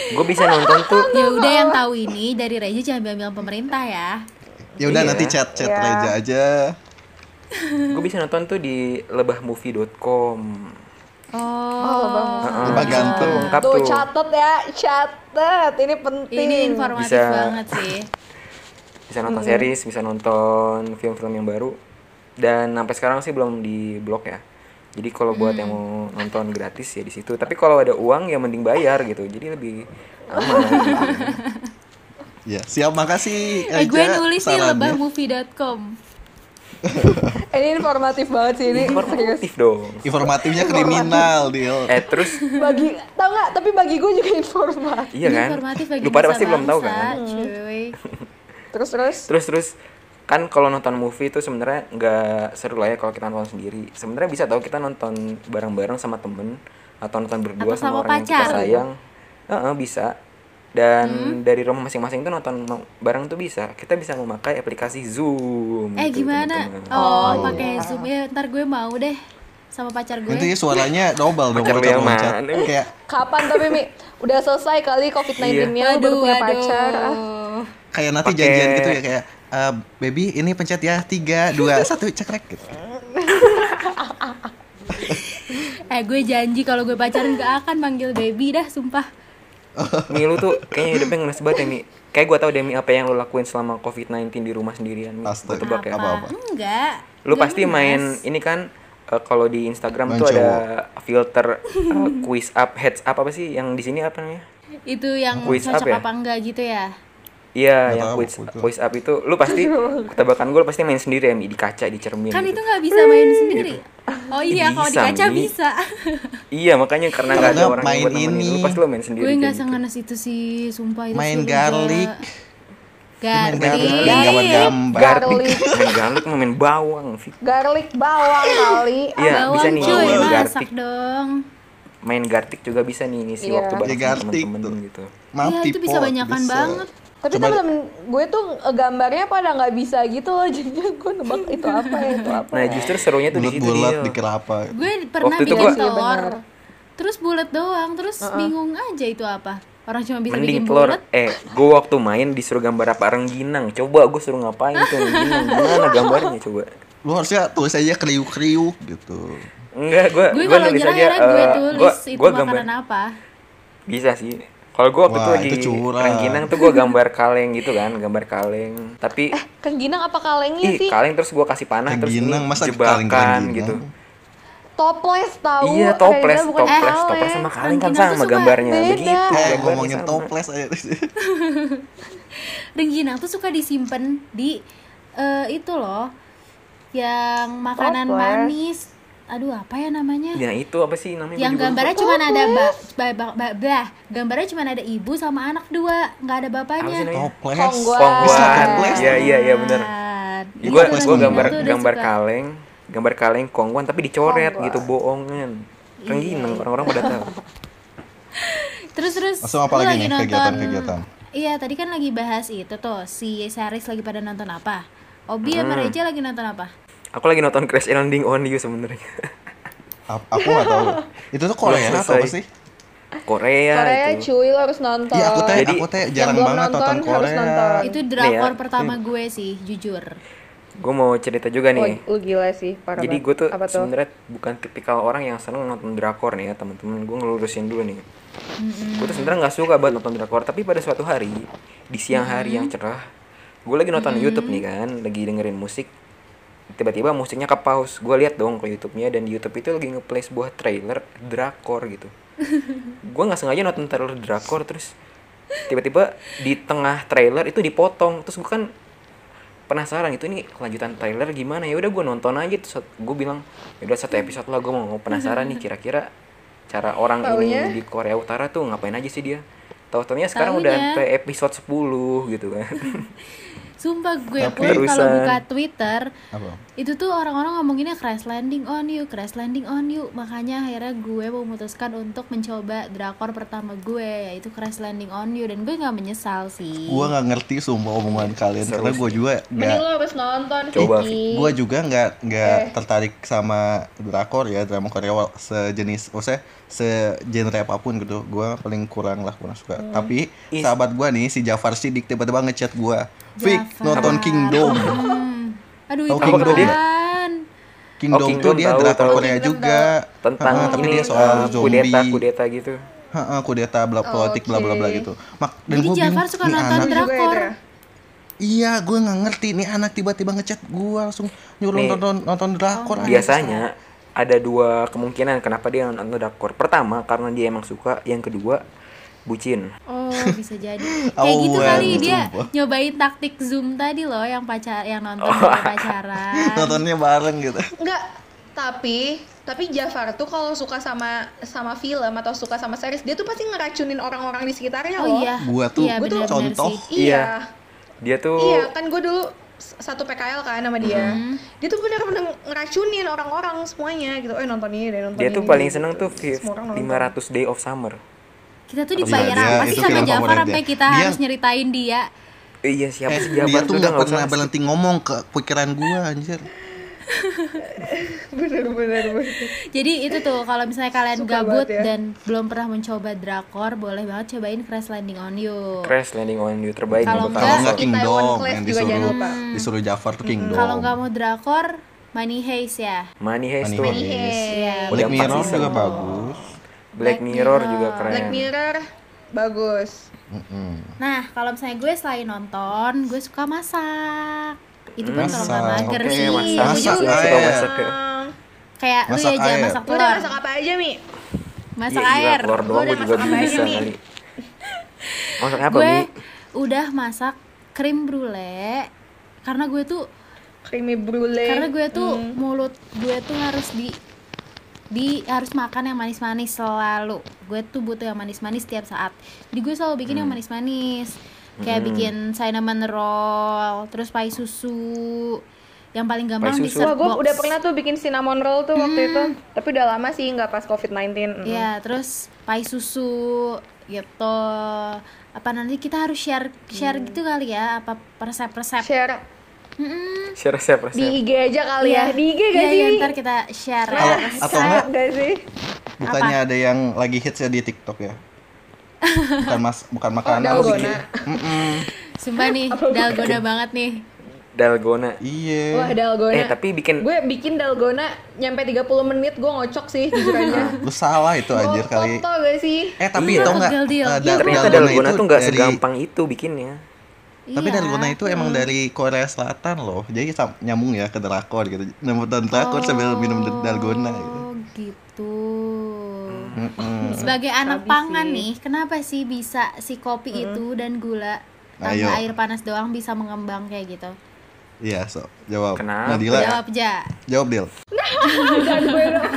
S2: Gue bisa nonton tuh.
S1: Ya udah
S3: *laughs*
S1: yang tahu ini dari Reja jangan bilang-bilang pemerintah ya.
S4: Ya udah
S2: Iya.
S4: nanti chat chat
S3: Iya.
S4: Reja aja.
S2: Gue bisa nonton tuh di lebahmovie.com.
S1: Oh,
S2: Heeh,
S4: Lebah
S2: di situ
S4: gantung.
S2: Lengkap
S3: Tuh
S2: Ah, tuh.
S3: catet ya, catet. Ini penting.
S1: ini informatif
S2: Bisa.
S1: banget sih.
S2: Bisa nonton series, bisa nonton film-film yang baru. Dan sampai sekarang sih belum di blok ya. Jadi kalau buat
S1: Mm.
S2: yang mau nonton gratis ya di situ. Tapi kalau ada uang ya mending bayar gitu. Jadi lebih aman. gitu.
S1: *laughs*
S4: Ya, siap makasih ya. Reja.
S1: Eh gue nulis nih
S4: sarannya.
S1: lebahmovie.com.
S3: Ini informatif banget sih ini. Serius.
S2: Informatif dong.
S4: Informatifnya kriminal, Dil.
S2: Eh
S1: *laughs*
S2: terus
S3: Bagi tau nggak? Tapi bagi gue juga *laughs* informatif.
S2: iya
S1: Ini
S2: kan?
S1: Informatif bagi
S2: Lu pada
S1: bangsa
S2: pasti belum tahu
S1: bangsa,
S2: kan?
S3: Hmm.
S1: Cuy.
S3: Terus terus.
S2: Terus terus kan kalau nonton movie itu sebenarnya nggak seru lah ya kalau kita nonton sendiri. Sebenarnya bisa tahu kita nonton bareng-bareng sama temen atau nonton berdua
S1: Atau sama
S2: sama, orang yang kita
S1: pacar. Hmm.
S2: sayang. Heeh, bisa. Dan dari rumah masing-masing tuh nonton ma- bareng tuh bisa. Kita bisa memakai aplikasi Zoom.
S1: Eh
S2: gitu, iya.
S1: gimana?
S2: teman-teman.
S1: Oh, pakai Zoom ya. Ntar gue mau deh sama pacar
S4: Nanti
S1: gue.
S4: suaranya double dong
S2: Pacar lu yang
S4: loncat-loncat.
S2: mana?
S4: Kayak
S3: Kapan tapi Mi? Udah selesai kali
S2: Iya.
S3: COVID-19-nya, udah punya pacar. Ah,
S4: kayak nanti
S2: Pakai-
S4: janjian gitu ya kayak "Eh, baby ini pencet ya tiga
S1: *laughs*
S4: dua satu cekrek gitu.
S1: Eh gue janji kalau gue pacaran gak akan manggil baby dah, sumpah.
S2: Mi lu tuh kayaknya hidupnya ngenes banget ya Mi. Kayak gua tahu deh Mi apa yang lu lakuin selama COVID-19 di rumah sendirian Mi. Gua
S4: Astaga.
S2: tebak ya.
S4: Apa-apa.
S1: Enggak.
S2: Lu
S1: Gue
S2: pasti
S1: ngenes.
S2: main ini kan eh, kalau di Instagram
S4: Main
S2: tuh ada filter eh, quiz up, heads up apa sih yang di sini apa namanya?
S1: itu yang
S2: Quiz up
S1: cocok
S2: ya?
S1: apa enggak gitu ya?
S2: Iya,
S4: Nggak
S2: yang
S4: tahu
S2: quiz,
S4: aku itu.
S2: quiz up itu lu
S1: *laughs*
S2: pasti tebakan gue pasti main sendiri ya Mi, di kaca di cermin.
S1: Kan itu
S2: gitu.
S1: nggak bisa main sendiri. Oh iya, kalau di
S2: Bisa,
S1: kaca
S2: Mi.
S1: bisa.
S2: Iya, makanya karena nggak ada
S4: Karena
S2: orang yang
S4: main
S2: buat nemenin lu
S4: ini.
S2: pasti lu main sendiri.
S1: gue
S2: kayak
S1: nggak
S2: gitu.
S1: senganes itu sih, sumpah itu
S4: Main
S1: suruh
S4: garlic.
S1: gua- Nah,
S4: Main
S1: Garlic.
S4: garlic, gambar gambar.
S3: Garlic,
S2: main garlic mau main bawang, Fik.
S3: garlic bawang kali. Ah,
S2: Iya, bisa
S1: Bawang
S2: nih
S1: cuy,
S2: main
S1: masak
S2: garlic.
S1: dong.
S2: Main gartik juga bisa nih ngisi
S3: Iya.
S2: waktu bareng
S4: Ya,
S2: sama
S4: gartik
S2: temen-temen
S4: tuh.
S2: gitu.
S4: Maaf
S1: Iya, itu
S4: tipe,
S1: bisa banyakan banget.
S3: Tapi
S4: Coba-
S3: tuh temen gue tuh eh, gambarnya pada nggak bisa gitu loh. *laughs* Jadinya gue nebak itu apa ya, itu apa.
S2: Nah
S3: ya.
S2: justru serunya tuh di situ
S4: bulat-bulat
S2: Dil.
S4: di kelapa.
S1: Gue pernah
S2: Waktu itu
S1: bikin
S2: gua-
S3: Iya,
S1: telur.
S3: bener.
S1: Terus bulat doang, terus bingung aja itu apa. Orang cuma bisa bikin
S2: Mending telur
S1: bulat.
S2: Eh gue waktu main disuruh gambar apa rengginang Coba gue suruh ngapain tuh rengginang Gimana gambarnya coba
S4: Lu harusnya tulis aja kriuk-kriuk gitu.
S2: Enggak gue
S1: Gue kalau nyerah akhirnya gue
S2: eh,
S1: tulis itu makanan apa.
S2: Bisa sih kalau gue waktu
S4: Wah,
S2: itu lagi
S4: itu curang.
S2: rengginang tuh gue gambar kaleng gitu kan, gambar kaleng. Tapi
S1: Eh,
S3: Kan Ginang apa
S1: iya
S3: kalengnya
S2: Ih,
S3: sih?
S2: kaleng terus gua kasih panah
S4: Rengginang,
S2: terus
S4: masa
S2: ini jebakan
S4: kaleng-kaleng
S2: gitu.
S4: ginang?
S3: Toples tahu.
S2: Iya,
S3: Reza,
S2: toples,
S3: bukan
S2: toples,
S3: kaleng.
S2: toples sama kaleng kan
S1: Eh, Rengginang tuh
S2: sama
S1: suka
S2: gambarnya.
S3: beda.
S2: Begitu.
S4: Eh,
S2: Iya, gambarnya
S4: ngomongin
S2: sama. Iya.
S4: toples aja.
S1: Rengginang tuh suka disimpan di eh, itu loh yang makanan
S3: Toples.
S1: manis. Aduh, apa ya namanya?
S2: Ya itu apa sih namanya?
S1: yang
S2: Gua juga
S1: gambarnya
S2: lupa.
S1: cuma ada ba, ba, ba, ba- bah. gambarnya cuma ada ibu sama anak dua, nggak ada bapaknya. Nah,
S2: Apa sih
S4: Toples.
S3: Kongguan.
S4: Bisa
S2: Kongguan.
S4: toples.
S2: Iya, iya, iya benar.
S1: Itu
S2: Gua
S1: Rengginang
S2: gua gambar
S1: tuh dia
S2: gambar
S1: suka.
S2: kaleng, gambar kaleng kongguan tapi dicoret
S3: Kongguan.
S2: gitu bohongan.
S1: Iya,
S2: Rengginang orang-orang pada tahu.
S1: Terus terus.
S4: Langsung apa
S1: lu
S4: lagi nih,
S1: nonton-
S4: kegiatan-kegiatan?
S1: Iya tadi kan lagi bahas itu tuh si Saris lagi pada nonton apa? Obi sama Reja lagi nonton apa?
S2: Aku lagi nonton Crash Landing on You
S1: *laughs*
S2: sebenarnya.
S4: A- Aku nggak tahu. Itu tuh Korea
S2: Belum
S4: atau apa
S2: selesai.
S4: sih?
S2: Korea,
S3: Korea
S2: itu.
S3: cuy lo harus nonton.
S4: Iya, aku teh
S2: Jadi-
S4: aku teh
S3: Yang
S4: jarang
S3: belum
S4: banget
S3: nonton,
S4: nonton
S3: harus
S4: Korea.
S3: nonton.
S1: Itu drakor
S2: ya.
S1: pertama gue sih jujur.
S2: Gue mau cerita juga
S3: Wah,
S1: Oh,
S2: nih.
S3: lu gila sih, parah
S2: Jadi
S3: banget.
S2: gue tuh
S3: Apa
S2: sebenarnya bukan tipikal orang yang seneng nonton drakor nih ya teman-teman. Gue ngelurusin dulu nih. Gue tuh sebenarnya nggak suka banget nonton drakor, tapi pada suatu hari di siang hari yang cerah, gue lagi nonton YouTube nih kan, lagi dengerin musik. Tiba-tiba musiknya ke pause. Gue lihat dong ke YouTube-nya dan di YouTube itu lagi ngeplay sebuah trailer drakor gitu. gue nggak sengaja nonton trailer drakor terus tiba-tiba di tengah trailer itu dipotong terus gue kan penasaran itu nih kelanjutan trailer gimana ya udah gue nonton aja terus gue bilang ya udah satu episode lah gue mau penasaran nih kira-kira cara orang
S3: Taunya?
S2: ini di Korea Utara tuh ngapain aja sih dia tahu-tahunya sekarang udah
S1: Taunya.
S2: sampai episode 10 gitu kan *laughs*
S1: Sumpah gue
S4: Tapi-
S1: pun kalau
S2: Terusan.
S1: buka Twitter
S4: Apa?
S1: itu tuh orang-orang ngomonginnya crash landing on you, crash landing on you. Makanya akhirnya gue memutuskan untuk mencoba drakor pertama gue yaitu crash landing on you dan gue nggak menyesal sih.
S4: Gua nggak ngerti sumpah omongan kalian
S2: Seru
S4: karena
S2: sih.
S4: gua juga
S3: Mending
S4: nggak
S3: lo harus nonton,
S2: Coba,
S3: Vicky.
S4: gue juga nggak nggak
S3: Eh.
S4: tertarik sama drakor ya drama Korea wa- sejenis maksudnya segenre apapun gitu gue paling kurang lah kurang suka
S3: Hmm.
S4: tapi
S2: Is-
S4: sahabat gue nih si Jafar Siddiq tiba-tiba ngechat gue Vic
S1: Jafar.
S4: nonton Kingdom
S3: Oh,
S1: Hmm. Aduh
S4: Tahu
S1: itu
S2: Kingdom nggak?
S1: apaan?
S4: Kingdom,
S2: Kingdom
S4: tuh dia
S2: tahu,
S4: drakor
S2: tahu.
S4: Korea
S3: Kingdom
S4: juga
S2: tentang
S4: Heeh, Ah, tapi
S2: ini
S4: dia soal
S2: uh,
S4: zombie
S2: kudeta kudeta gitu
S4: Heeh, kudeta bla politik bla bla bla
S3: Oke.
S4: gitu mak dan
S1: Oh, Jadi
S4: gue
S1: Jafar
S4: bingung
S1: suka
S4: nih
S1: nonton
S4: anak
S3: Juga itu
S1: drakor.
S3: ya.
S4: iya gue nggak ngerti nih anak tiba-tiba ngechat gue langsung nyuruh
S2: Nih.
S4: nonton nonton drakor anjing.
S2: Hmm, biasanya ada dua kemungkinan kenapa dia nonton drakor pertama karena dia emang suka yang kedua bucin
S1: Oh bisa
S4: *laughs*
S1: jadi kayak
S4: Awan,
S1: gitu kali dia
S4: sumpah.
S1: nyobain taktik zoom tadi loh yang pacar yang nonton
S4: *laughs*
S1: dulu pacaran
S4: nontonnya bareng gitu
S3: Enggak, tapi tapi Jafar tuh kalau suka sama sama film atau suka sama series, dia tuh pasti ngeracunin orang-orang di sekitarnya
S1: oh
S3: loh.
S1: iya
S4: Gua tuh
S1: Iya, bener-bener
S4: contoh.
S1: sih.
S3: Iya.
S2: dia tuh
S3: Iya, kan gue dulu s- satu PKL kan sama dia.
S1: Mm-hmm.
S3: Dia tuh bener-bener ngeracunin orang-orang semuanya gitu. Eh nonton ini deh, nonton
S2: dia
S3: ini
S2: tuh
S3: deh,"
S2: paling
S3: gitu.
S2: seneng tuh fi-
S3: Semua orang nonton.
S2: 500 Day of Summer
S1: kita tuh
S4: Iya,
S1: dibayar
S4: dia-
S1: apa sih
S4: itu
S1: sama
S4: film
S1: Jafar
S4: favorit
S1: sampai
S4: dia. Iya.
S1: kita
S4: Dia-
S1: harus nyeritain dia
S2: Eh, iya siapa sih
S4: dia
S2: Jabar
S4: tuh
S2: tuh udah
S4: nggak
S2: nggak
S4: pernah
S2: usah
S4: berhenti ngomong ke pikiran gua anjir
S3: Bener-bener. *laughs* bener.
S1: jadi itu tuh kalau misalnya kalian
S3: Suka
S1: gabut
S3: banget ya.
S1: dan belum pernah mencoba drakor boleh banget cobain Crash Landing on You
S2: Crash Landing on You terbaik
S1: Kalau
S2: yang
S1: nggak-
S4: kalau
S2: pertama.
S4: nggak
S3: Di Taiwan
S4: kingdom
S3: Class
S4: yang
S3: juga jangan
S4: disuruh
S3: lupa.
S4: disuruh Jafar tuh kingdom
S1: Hmm, kalau nggak mau drakor Money Heist ya
S2: Money Heist
S4: Money
S2: tuh
S4: Heist.
S1: Iya,
S4: Black
S2: Yang
S4: Mirror
S2: pasti
S4: juga
S2: seru.
S4: bagus
S2: Black
S1: Black
S2: Mirror juga
S1: Mirror.
S2: keren
S3: Black Mirror bagus.
S4: Mm-mm.
S1: Nah, kalau misalnya gue selain nonton, gue suka masak. Itu pun kalau nggak
S4: Masak,
S1: mager
S2: oke,
S1: sih.
S2: masak.
S1: Gue juga
S4: Masak,
S2: Suka
S4: air.
S2: masak ya.
S1: kayak
S4: Masak
S1: lu ya aja
S4: air.
S1: masak
S3: Lu
S1: telur,
S3: udah
S1: masak,
S3: masak apa aja, Mi?
S2: Iya, gila,
S1: air.
S2: telur doang
S3: Gua
S2: gue
S3: udah
S2: juga
S3: masak
S2: belum bisa
S3: apa aja nih?
S2: kali masak apa
S1: Gue
S2: Mi?
S1: udah masak krim brulee karena gue tuh
S3: Creamy brulee.
S1: karena gue tuh
S3: Hmm.
S1: mulut gue tuh harus di di harus makan yang manis-manis selalu. Gue tuh butuh yang manis-manis tiap saat. Jadi gue selalu bikin
S2: Hmm.
S1: yang manis-manis. Kayak bikin cinnamon roll, terus pai susu. Yang paling gampang di
S2: susu.
S3: Wah, gue
S1: box.
S3: udah pernah tuh bikin cinnamon roll tuh waktu itu.
S1: Hmm.
S3: Tapi udah lama
S1: Iya.
S3: Hmm. sih nggak pas COVID-19. Mm.
S1: Ya, terus pai susu gitu. apa nanti kita harus share share gitu kali ya apa resep-resep
S3: Iya. Share
S1: Mm-mm.
S2: share resep
S3: di
S2: resep
S3: IG aja kali ya. Di IG gak
S1: Iya,
S3: sih?
S1: iya, ntar kita share
S4: Kalau-
S1: resep.
S4: atau enggak?
S3: Gak sih?
S4: Bukannya ada yang lagi hits ya di TikTok ya? Bukan mas,
S1: *laughs*
S4: bukan makanan.
S3: dalgona.
S4: bikin. Mm-mm.
S1: sumpah nih dalgona banget nih
S2: dalgona
S4: Iya.
S3: Wah, dalgona.
S2: eh tapi bikin
S3: Gue bikin dalgona nyampe 30 menit gue ngocok sih jujur aja.
S4: Lu salah itu anjir Iya. kali.
S3: Tau gak sih?
S4: Eh
S1: Oh, Iya,
S4: tapi tau nggak?
S1: pegel dia.
S4: eh,
S1: Iya,
S4: dal-
S2: ternyata dalgona tuh nggak segampang itu bikinnya
S4: Tapi
S1: Iya.
S4: dalgona itu emang dari Korea Selatan loh. Jadi sam- nyambung ya ke drakor gitu. Nonton drakor sambil minum d- dalgona gitu.
S1: Oh, gitu.
S4: Mm-mm.
S1: Sebagai anak
S3: Tapi
S1: pangan
S3: sih.
S1: nih, kenapa sih bisa si kopi itu dan gula
S4: Ayo.
S1: tanpa air panas doang bisa mengembang kayak gitu?
S4: Iya, so jawab.
S2: Kenapa?
S4: Nadila, jawab,
S1: Jawab aja.
S4: Dil. *laughs*
S3: Dan gue dong.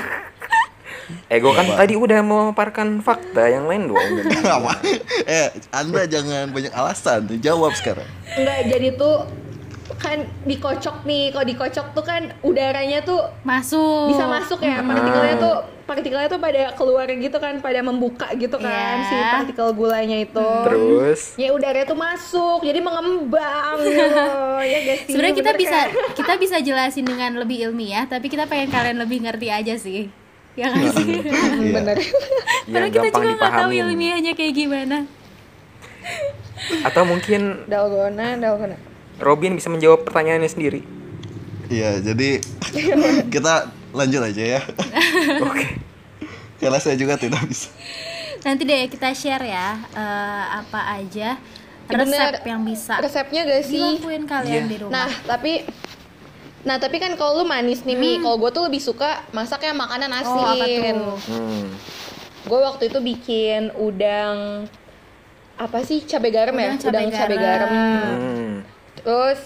S2: eh gue kan tadi udah memaparkan fakta yang lain dong
S4: Iya. *laughs* Apa? eh, Anda jangan banyak alasan, jawab sekarang.
S3: Enggak, jadi tuh kan dikocok nih. Kalau dikocok tuh kan udaranya tuh
S1: Masuk.
S3: bisa masuk ya partikelnya tuh partikelnya tuh pada keluar gitu kan pada membuka gitu kan
S1: Iya.
S3: si partikel gulanya itu
S2: terus
S3: ya udaranya tuh masuk jadi
S1: *laughs*
S3: mengembang gitu ya guys
S1: Sebenarnya kita bisa
S3: kan?
S1: *laughs* kita bisa jelasin dengan lebih ilmiah, tapi kita pengen kalian lebih ngerti aja sih. Ya nggak sih? *laughs*
S4: Iya.
S3: bener
S1: Karena
S2: yang
S1: kita
S2: gampang
S1: juga nggak tahu
S2: dipahami
S1: ilmiahnya kayak gimana.
S2: atau mungkin
S3: dalgona dalgona
S2: Robin bisa menjawab pertanyaannya
S1: *laughs*
S2: sendiri
S4: Iya, jadi kita lanjut aja ya.
S2: oke
S4: Karena saya juga tidak bisa.
S1: Nanti deh kita share ya eh, apa aja
S3: Bener.
S1: resep yang bisa
S3: resepnya guys sih
S1: dilakuin kalian
S2: Iya.
S1: di rumah.
S3: nah tapi nah tapi kan kalau lu manis nih mi kalau gue tuh lebih suka masaknya makanan
S1: Hmm. oh, apa
S3: asin
S1: tuh?
S2: Hmm.
S3: gue waktu itu bikin udang apa sih cabai garam ya
S1: Udang cabai
S3: udang cabai garam,
S1: garam.
S2: Hmm.
S3: Terus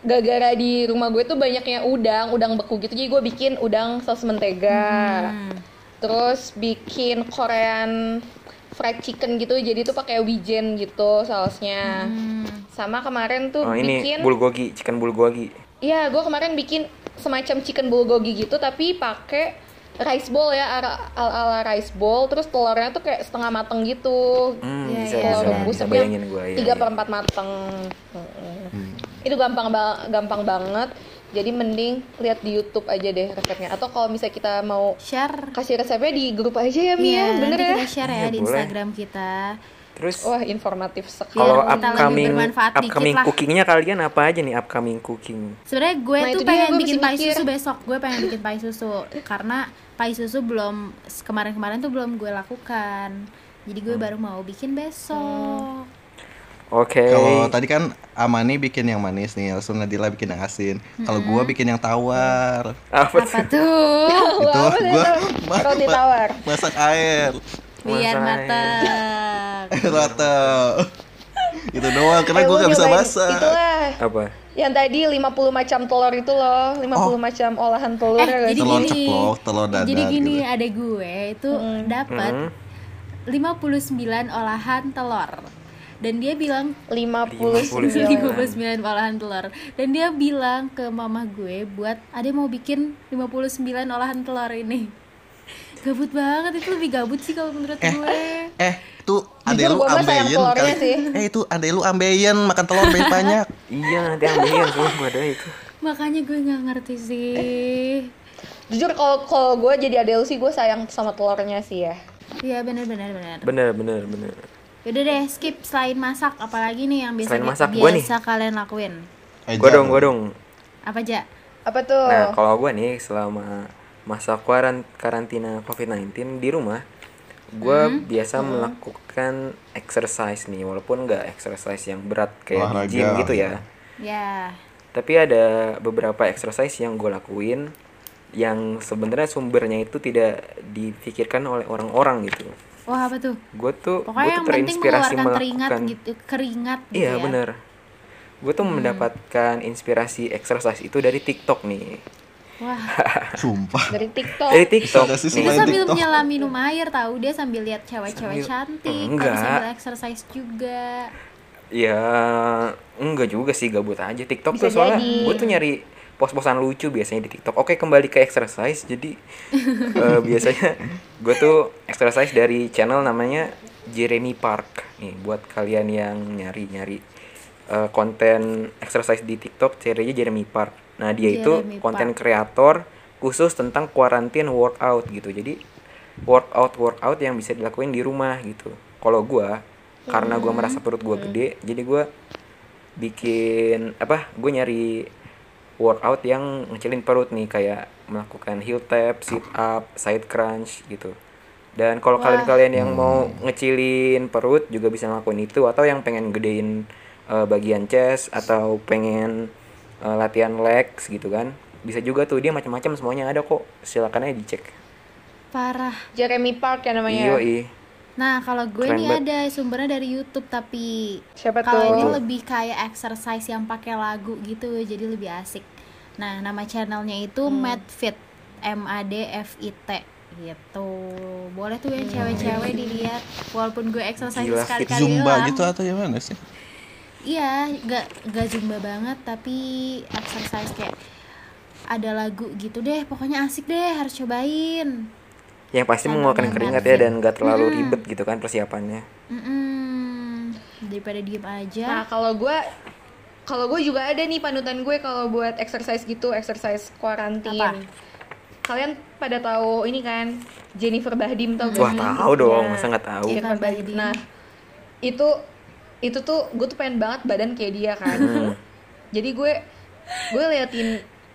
S3: gara-gara di rumah gue tuh banyaknya udang, udang beku gitu. Jadi gue bikin udang saus mentega.
S1: Hmm.
S3: Terus bikin Korean fried chicken gitu. Jadi tuh pakai wijen gitu sausnya.
S1: Hmm.
S3: Sama kemarin tuh
S2: Oh, ini
S3: bikin
S2: bulgogi, chicken bulgogi.
S3: Iya, gue kemarin bikin semacam chicken bulgogi gitu tapi pakai rice bowl ya ala, ala rice bowl terus telurnya tuh kayak setengah mateng gitu
S2: Hmm,
S1: Iya,
S2: bisa,
S1: iya,
S2: bisa,
S1: iya.
S2: bisa
S3: rebusnya
S2: bayangin gue. Iya,
S3: tiga
S2: iya. Hmm.
S3: per empat mateng Mm-mm. itu gampang ba- gampang banget jadi mending lihat di YouTube aja deh resepnya atau kalau misalnya kita mau
S1: Share.
S3: kasih resepnya di grup aja ya Mia
S1: Iya,
S3: bener
S1: nanti
S3: ya
S1: kita share ya
S2: Iya,
S1: di
S2: boleh.
S1: Instagram kita.
S2: Terus
S1: Oh,
S3: wah informatif sekali
S2: kalau
S1: kita lebih
S2: upcoming
S1: iya, bermanfaat dikit
S2: upcoming
S1: lah.
S2: cookingnya kalian apa aja nih upcoming cooking?
S1: Sebenarnya gue
S3: Nah,
S1: tuh
S3: itu dia,
S1: pengen
S3: gue
S1: bikin
S3: masih
S1: pai
S3: mikir.
S1: susu besok. Gue pengen bikin pai susu karena pai susu belum kemarin-kemarin tuh belum gue lakukan. Jadi gue
S4: Hmm.
S1: baru mau bikin besok.
S2: Oke.
S4: Kalau tadi kan Amani bikin yang manis nih, langsung Nadila bikin yang asin. Kalau gua bikin yang tawar.
S2: Apa
S1: Apa tuh?
S4: *laughs* Itu
S3: Wah, apa sih
S4: gua
S3: itu? roti tawar
S4: masak air. *laughs*
S1: Biar
S2: Masak.
S1: mateng.
S4: Rata. itu doang karena
S3: Eh,
S4: gua
S3: lu
S4: nggak bisa
S3: nyobain
S4: masak.
S3: itulah
S2: apa?
S3: yang tadi 50 macam telur itu loh 50
S4: Oh.
S3: macam olahan telur ya
S1: Eh,
S3: guys.
S1: jadi
S4: Telur
S1: gini.
S4: ceplok, telur dadar
S1: jadi gini
S4: gitu. Hmm.
S1: ada gue itu
S3: Hmm.
S1: dapat 59 olahan telur. Dan dia bilang
S2: 59.
S3: 59
S1: 59 olahan telur dan dia bilang ke mama gue buat ada mau bikin 59 olahan telur ini gabut banget itu lebih gabut sih kalau menurut gue
S4: Eh, tuh ade
S3: Jujur,
S4: lu
S3: gua mah sayang
S4: ambeien
S3: telurnya
S4: kali.
S3: sih.
S4: Eh, itu ade lu ambeien makan telur banyak.
S2: Iya nanti ambilin semua *laughs* gua ada itu.
S1: makanya gue nggak ngerti sih
S3: jujur kalau kalau gue jadi adel sih gue sayang sama telurnya sih ya
S1: Iya bener bener bener
S2: Bener bener bener.
S1: Yaudah deh skip selain masak apalagi nih yang biasa
S2: Selain masak, gue nih.
S1: biasa kalian lakuin
S4: Eh,
S2: Gua
S4: jangan.
S2: dong, gua dong.
S1: apa aja
S3: apa tuh
S2: Nah, kalau gue nih selama masa kuaran- karantina COVID-19 di rumah, gue
S1: Hmm.
S2: biasa melakukan exercise nih, walaupun nggak exercise yang berat kayak di gym
S4: Olahraga.
S2: gitu ya.
S1: ya
S2: Tapi ada beberapa exercise yang gue lakuin yang sebenarnya sumbernya itu tidak dipikirkan oleh orang-orang gitu.
S1: wah apa tuh
S2: Gue tuh, gua
S1: pokoknya
S2: tuh
S1: yang penting
S2: terinspirasi
S1: mengeluarkan teringat
S2: melakukan
S1: gitu keringat gitu
S2: Iya
S1: ya. Hmm.
S2: bener Gue tuh mendapatkan inspirasi exercise itu dari TikTok nih
S1: wah
S4: Sumpah.
S3: dari TikTok
S2: Dari
S4: Bisa
S2: TikTok
S4: nggak sih
S2: nih.
S1: Dia
S4: Main
S1: sambil
S4: TikTok.
S1: menyelam minum air tahu dia sambil lihat cewek-cewek
S2: Sambil-
S1: cantik,
S2: Enggak.
S1: tapi sambil exercise juga.
S2: Ya enggak juga sih gabut aja TikTok
S3: Bisa
S2: tuh soalnya
S3: jadi.
S2: gue tuh nyari pos-posan lucu biasanya di TikTok. Oke, kembali ke exercise.
S3: *laughs*
S2: Jadi eh, biasanya gue tuh exercise dari channel namanya Jeremy Park. Nih, buat kalian yang nyari-nyari eh, konten exercise di TikTok, cari aja Jeremy Park. Nah, dia
S1: Jeremy
S2: itu konten kreator khusus tentang quarantine workout gitu. Jadi workout workout yang bisa dilakuin di rumah gitu. Kalau gua karena gua merasa perut gua gede, jadi gua bikin apa? Gue nyari workout yang ngecilin perut nih kayak melakukan heel tap, sit up, side crunch gitu. Dan kalau kalian-kalian yang mau ngecilin perut juga bisa ngelakuin itu atau yang pengen gedein eh, bagian chest atau pengen eh, latihan legs gitu kan. Bisa juga tuh dia macam-macam semuanya ada kok. Silakan aja dicek.
S1: Parah.
S3: Jeremy Park ya namanya.
S4: Iya,
S3: ya?
S2: Yoi.
S1: Nah, kalau gue
S2: Keren
S1: nih
S2: banget.
S1: ada sumbernya dari YouTube tapi
S3: Siapa
S1: kalau
S3: tuh?
S1: ini lebih kayak exercise yang pakai lagu gitu, jadi lebih asik. Nah, nama channelnya itu Madfit, M A D F I T gitu. Boleh tuh yang cewek-cewek dilihat walaupun gue exercise
S2: Gila, fit
S1: sekali-kali
S4: Zumba
S1: doang.
S4: gitu atau gimana sih?
S1: Iya, gak gak zumba banget tapi exercise kayak ada lagu gitu deh, pokoknya asik deh, harus cobain.
S2: Yang pasti
S1: Sama
S2: mengeluarkan
S1: yang
S2: keringat ya
S1: Madfit.
S2: dan gak terlalu ribet gitu kan persiapannya.
S1: Mm-mm. Daripada diem
S3: Nah
S1: aja.
S3: kalau gue kalau gue juga ada nih panutan gue kalau buat exercise gitu, exercise quarantine.
S1: Apa?
S3: Kalian pada tahu ini kan Jennifer Bahdim tau gak?
S2: Wah,
S3: sih?
S2: tahu dong,
S3: Nah,
S2: masa nggak tahu.
S3: Jennifer Bahdim.
S1: Iya. Bahdim.
S3: Nah itu itu tuh gue tuh pengen banget badan kayak dia kan.
S2: Hmm.
S3: Jadi gue gue liatin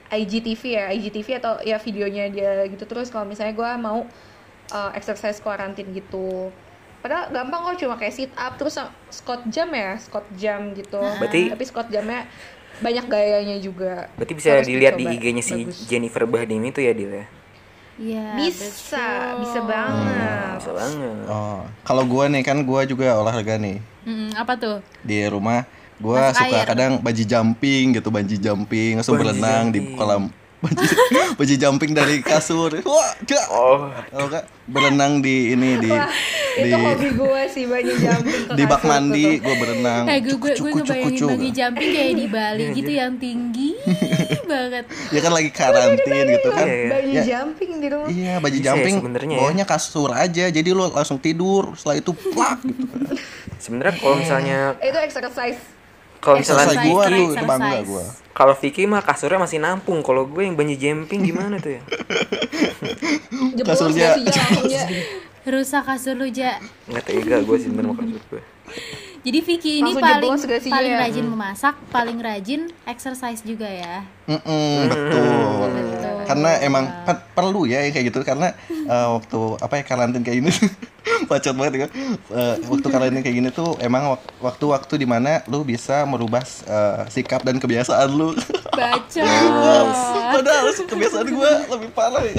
S3: IGTV ya, IGTV atau ya videonya dia gitu terus kalau misalnya gue mau uh, exercise quarantine gitu. Padahal gampang kok cuma kayak sit up terus uh, squat jam ya, squat jam gitu.
S2: Berarti-
S3: tapi squat jamnya banyak gayanya juga.
S2: Berarti bisa
S3: Harus
S2: dilihat di
S3: dicoba.
S2: IG-nya si
S3: Bagus.
S2: Jennifer Bahdim itu ya, Dil ya.
S1: Iya.
S3: Bisa,
S1: betul.
S3: bisa banget.
S2: Bisa banget.
S4: Oh, kalau gua nih kan gua juga olahraga nih
S1: Mm, apa tuh?
S4: di rumah. Gua
S1: Masuk
S4: suka
S1: air.
S4: kadang bungee jumping gitu, bungee jumping, langsung
S2: Bungee
S4: berenang di
S2: jumping.
S4: kolam *laughs* bungee, bungee jumping dari kasur. Wah, dah.
S2: Oh,
S4: Kalau nggak, berenang di ini di
S3: Wah,
S4: di
S3: itu hobi gue sih banyak jumping ke
S4: *laughs* di bak
S3: kasur
S4: mandi
S3: tuh.
S4: gua berenang.
S1: Eh, gue, gue, gue
S4: Cukup, cukup,
S1: ngebayangin
S4: cukup.
S1: bungee jumping kayak di Bali gitu yang tinggi banget.
S4: Ya kan lagi karantin gitu kan.
S2: Iya,
S3: Banyak
S4: Ya.
S3: jumping di rumah.
S4: Iya, baju
S2: Bisa ya
S4: jumping
S2: sebenarnya ya.
S4: bawahnya kasur aja. Jadi lu langsung tidur, setelah itu plak gitu.
S2: sebenarnya
S3: Iya.
S2: kalau misalnya
S3: Eh, Itu exercise. Eh,
S2: kalau
S4: Selesai
S2: misalnya
S1: Exercise,
S4: gua
S1: exercise,
S4: tuh, itu bangga
S1: exercise.
S4: gua.
S2: kalau Vicky mah kasurnya masih nampung. Kalau gue yang banji jumping gimana tuh ya?
S4: *laughs*
S3: Jeblos
S4: Kasurnya-
S3: nggak sih, Jal? langsung ya.
S1: Rusak kasur lu, Ja.
S2: Nggak tega gue sih sebenarnya sama kasur gue.
S1: Jadi Vicky ini
S3: Langsung
S1: paling
S3: jeblos gak sih,
S1: paling
S3: Ja?
S1: rajin memasak, paling rajin exercise juga ya.
S4: Mm-mm, betul. Karena emang per- perlu ya yang kayak gitu karena eh, waktu apa ya karantin kayak ini *laughs* bacot banget ya. Eh, waktu karantin kayak gini tuh emang wak- waktu-waktu dimana lu bisa merubah eh, sikap dan kebiasaan lu. Ya.
S1: Baca.
S4: *laughs* Padahal kebiasaan gua lebih parah ya.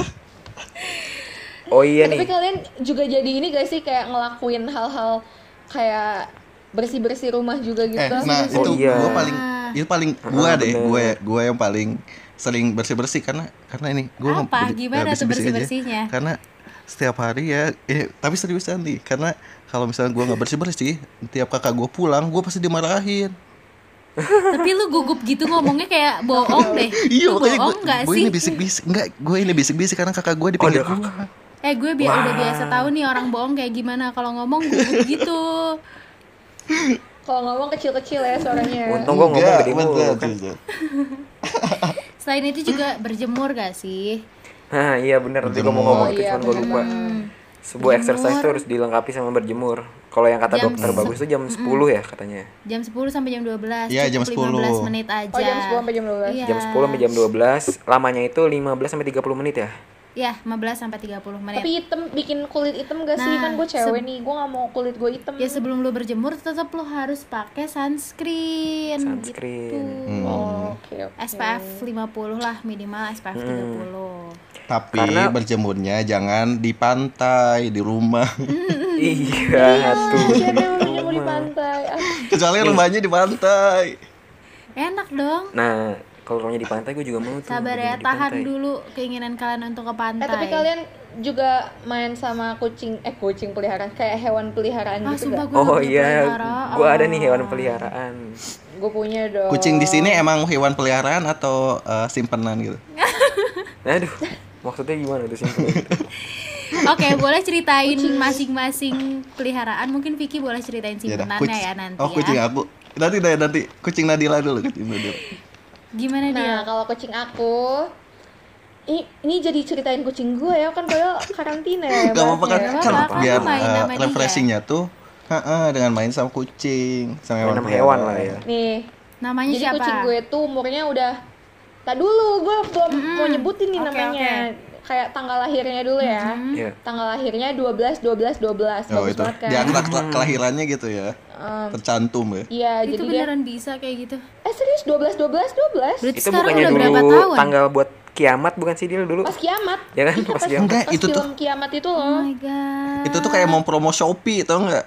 S2: Oh iya
S3: Tapi
S2: nih.
S3: kalian juga jadi ini gak sih kayak ngelakuin hal-hal kayak bersih-bersih rumah juga gitu.
S4: Eh, nah
S2: Oh,
S4: itu
S2: iya.
S4: gua paling itu paling gua
S2: Ah,
S4: deh,
S2: bener.
S4: gua gua yang paling sering bersih-bersih karena karena ini gua mau
S1: Apa?
S4: beri-
S1: Gimana
S4: eh,
S1: tuh
S4: bersih-bersih aja.
S1: bersih-bersihnya?
S4: Karena setiap hari ya eh, tapi seriusan nih karena kalau misalnya gua nggak bersih-bersih, tiap kakak gua pulang gua pasti dimarahin.
S1: Tapi lu gugup gitu ngomongnya kayak bohong deh.
S4: *laughs* Iya,
S1: Lu
S4: makanya gua,
S1: bohong gak
S4: gua
S1: sih?
S4: ini bisik-bisik. Enggak, gua ini bisik-bisik karena kakak gua di
S2: Oh,
S4: pinggir
S2: ada
S4: gua.
S1: Eh, gue bi- udah
S2: Wah.
S1: biasa tahu nih orang bohong kayak gimana kalau ngomong gugup gitu.
S3: Kalau ngomong kecil-kecil ya
S4: Oh,
S3: suaranya.
S4: nah.
S2: Untung gue ngomong
S4: Enggak,
S2: gede mulu.
S4: bener,
S2: kan.
S4: bener.
S1: Selain itu
S4: *clears throat*
S1: juga berjemur gak sih?
S2: Nah iya bener. Nanti gue mau
S4: Berjemur.
S2: ngomong
S3: Oh,
S2: itu
S3: iya,
S2: cuman gue lupa. Sebuah exercise tuh harus dilengkapi sama berjemur. Kalau yang kata
S1: Jam
S2: dokter
S1: se-
S2: bagus tuh jam 10 ya katanya.
S1: Jam 10 sampai jam 12.
S4: Iya, jam
S1: cukup
S4: 10.
S1: 15 menit aja.
S3: Oh jam 10 sampai jam 12.
S1: Iya.
S2: Jam 10 sampai jam 12, lamanya itu 15 sampai 30 menit ya.
S1: Ya, 15 sampai 30 menit.
S3: Tapi hitam bikin kulit hitam gak sih?
S1: iya. Nah,
S3: Kan gue cewek
S1: se-
S3: nih, gue gak mau kulit gue hitam.
S1: ya sebelum lu berjemur tetap lu harus pakai sunscreen. Gitu.
S2: Sunscreen.
S4: Hmm.
S3: Oh, Oke,
S1: *laughs*
S3: oke.
S1: SPF 50 lah minimal SPF 30.
S4: Tapi
S2: Karena-
S4: berjemurnya jangan di pantai, di rumah.
S1: Hmm. gitu.
S2: Iya tuh.
S3: Siapa yang mau jemur di pantai? Ah,
S4: *laughs* Kecuali rumahnya di pantai.
S1: Enak dong.
S2: Nah, kalau rumahnya di pantai gue juga mau tuh.
S1: Sabar ya,
S2: berjemur di
S1: tahan
S2: pantai.
S1: dulu keinginan kalian untuk ke pantai.
S3: Eh tapi kalian juga main sama kucing, eh kucing peliharaan, kayak hewan peliharaan
S1: Ah,
S3: gitu
S1: sumpah gue
S3: gak?
S2: Oh
S1: punya
S2: iya,
S1: peliharaan.
S2: gue ada nih hewan peliharaan.
S3: Gue punya dong.
S4: Kucing di sini emang hewan peliharaan atau eh, simpenan gitu?
S2: Aduh, maksudnya gimana tuh simpel?
S1: Oke, boleh ceritain masing-masing peliharaan. Mungkin Vicky boleh ceritain
S4: Ya
S1: simpenannya
S4: dah, kuc-
S1: ya nanti
S4: Oh, kucing
S1: ya.
S4: aku. Nanti deh, nanti kucing Nadila dulu, kucing Nadila.
S1: Gimana dia?
S3: Nah, kalau kucing aku ini, ini jadi ceritain kucing gue ya kan kalau karantina
S1: Iya,
S3: ya.
S4: Gak apa-apa kan,
S3: bahasnya.
S1: Nggak
S4: kan
S1: apa-apa, aku
S4: biar
S1: main
S4: eh,
S1: sama dia.
S4: refreshingnya tuh heeh, dengan main sama kucing, sama hewan
S2: Enam hewan lah ya.
S3: Nih,
S1: Namanya
S3: jadi
S1: siapa?
S3: kucing gue tuh umurnya udah tak dulu gue belum mau nyebutin nih
S1: Oke,
S3: namanya. Kayak tanggal lahirnya dulu ya.
S1: Hmm.
S2: Iya.
S3: Tanggal lahirnya 12 12 12.
S4: Oh
S3: Bagus
S4: itu,
S3: banget kan?
S4: di akta
S1: Hmm.
S4: akta kelahirannya gitu ya,
S3: Em,
S4: tercantum ya.
S3: Iya,
S1: Itu
S3: jadi dia
S1: beneran bisa kayak gitu.
S3: Eh serius 12 12
S1: Berarti
S3: 12.
S2: Itu
S1: sekarang
S2: bukannya
S1: udah
S2: dulu
S1: berapa tahun?
S2: tanggal buat kiamat bukan sih Dil dulu?
S3: Pas kiamat.
S2: Ya
S1: *laughs*
S2: kan?
S3: Iya,
S2: Pas kiamat.
S4: Enggak,
S3: pas
S4: itu tuh-
S3: film kiamat itu
S1: Oh
S3: loh.
S1: my god.
S4: Itu tuh
S1: Hmm.
S4: kayak mau promo Shopee tau nggak?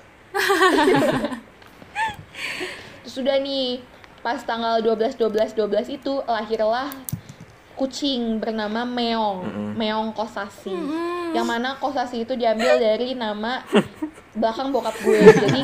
S3: Sudah nih, pas tanggal 12 12 12 itu lahirlah kucing bernama Meong, Meong Kosasi. Yang mana Kosasi itu diambil dari nama belakang bokap gue. Jadi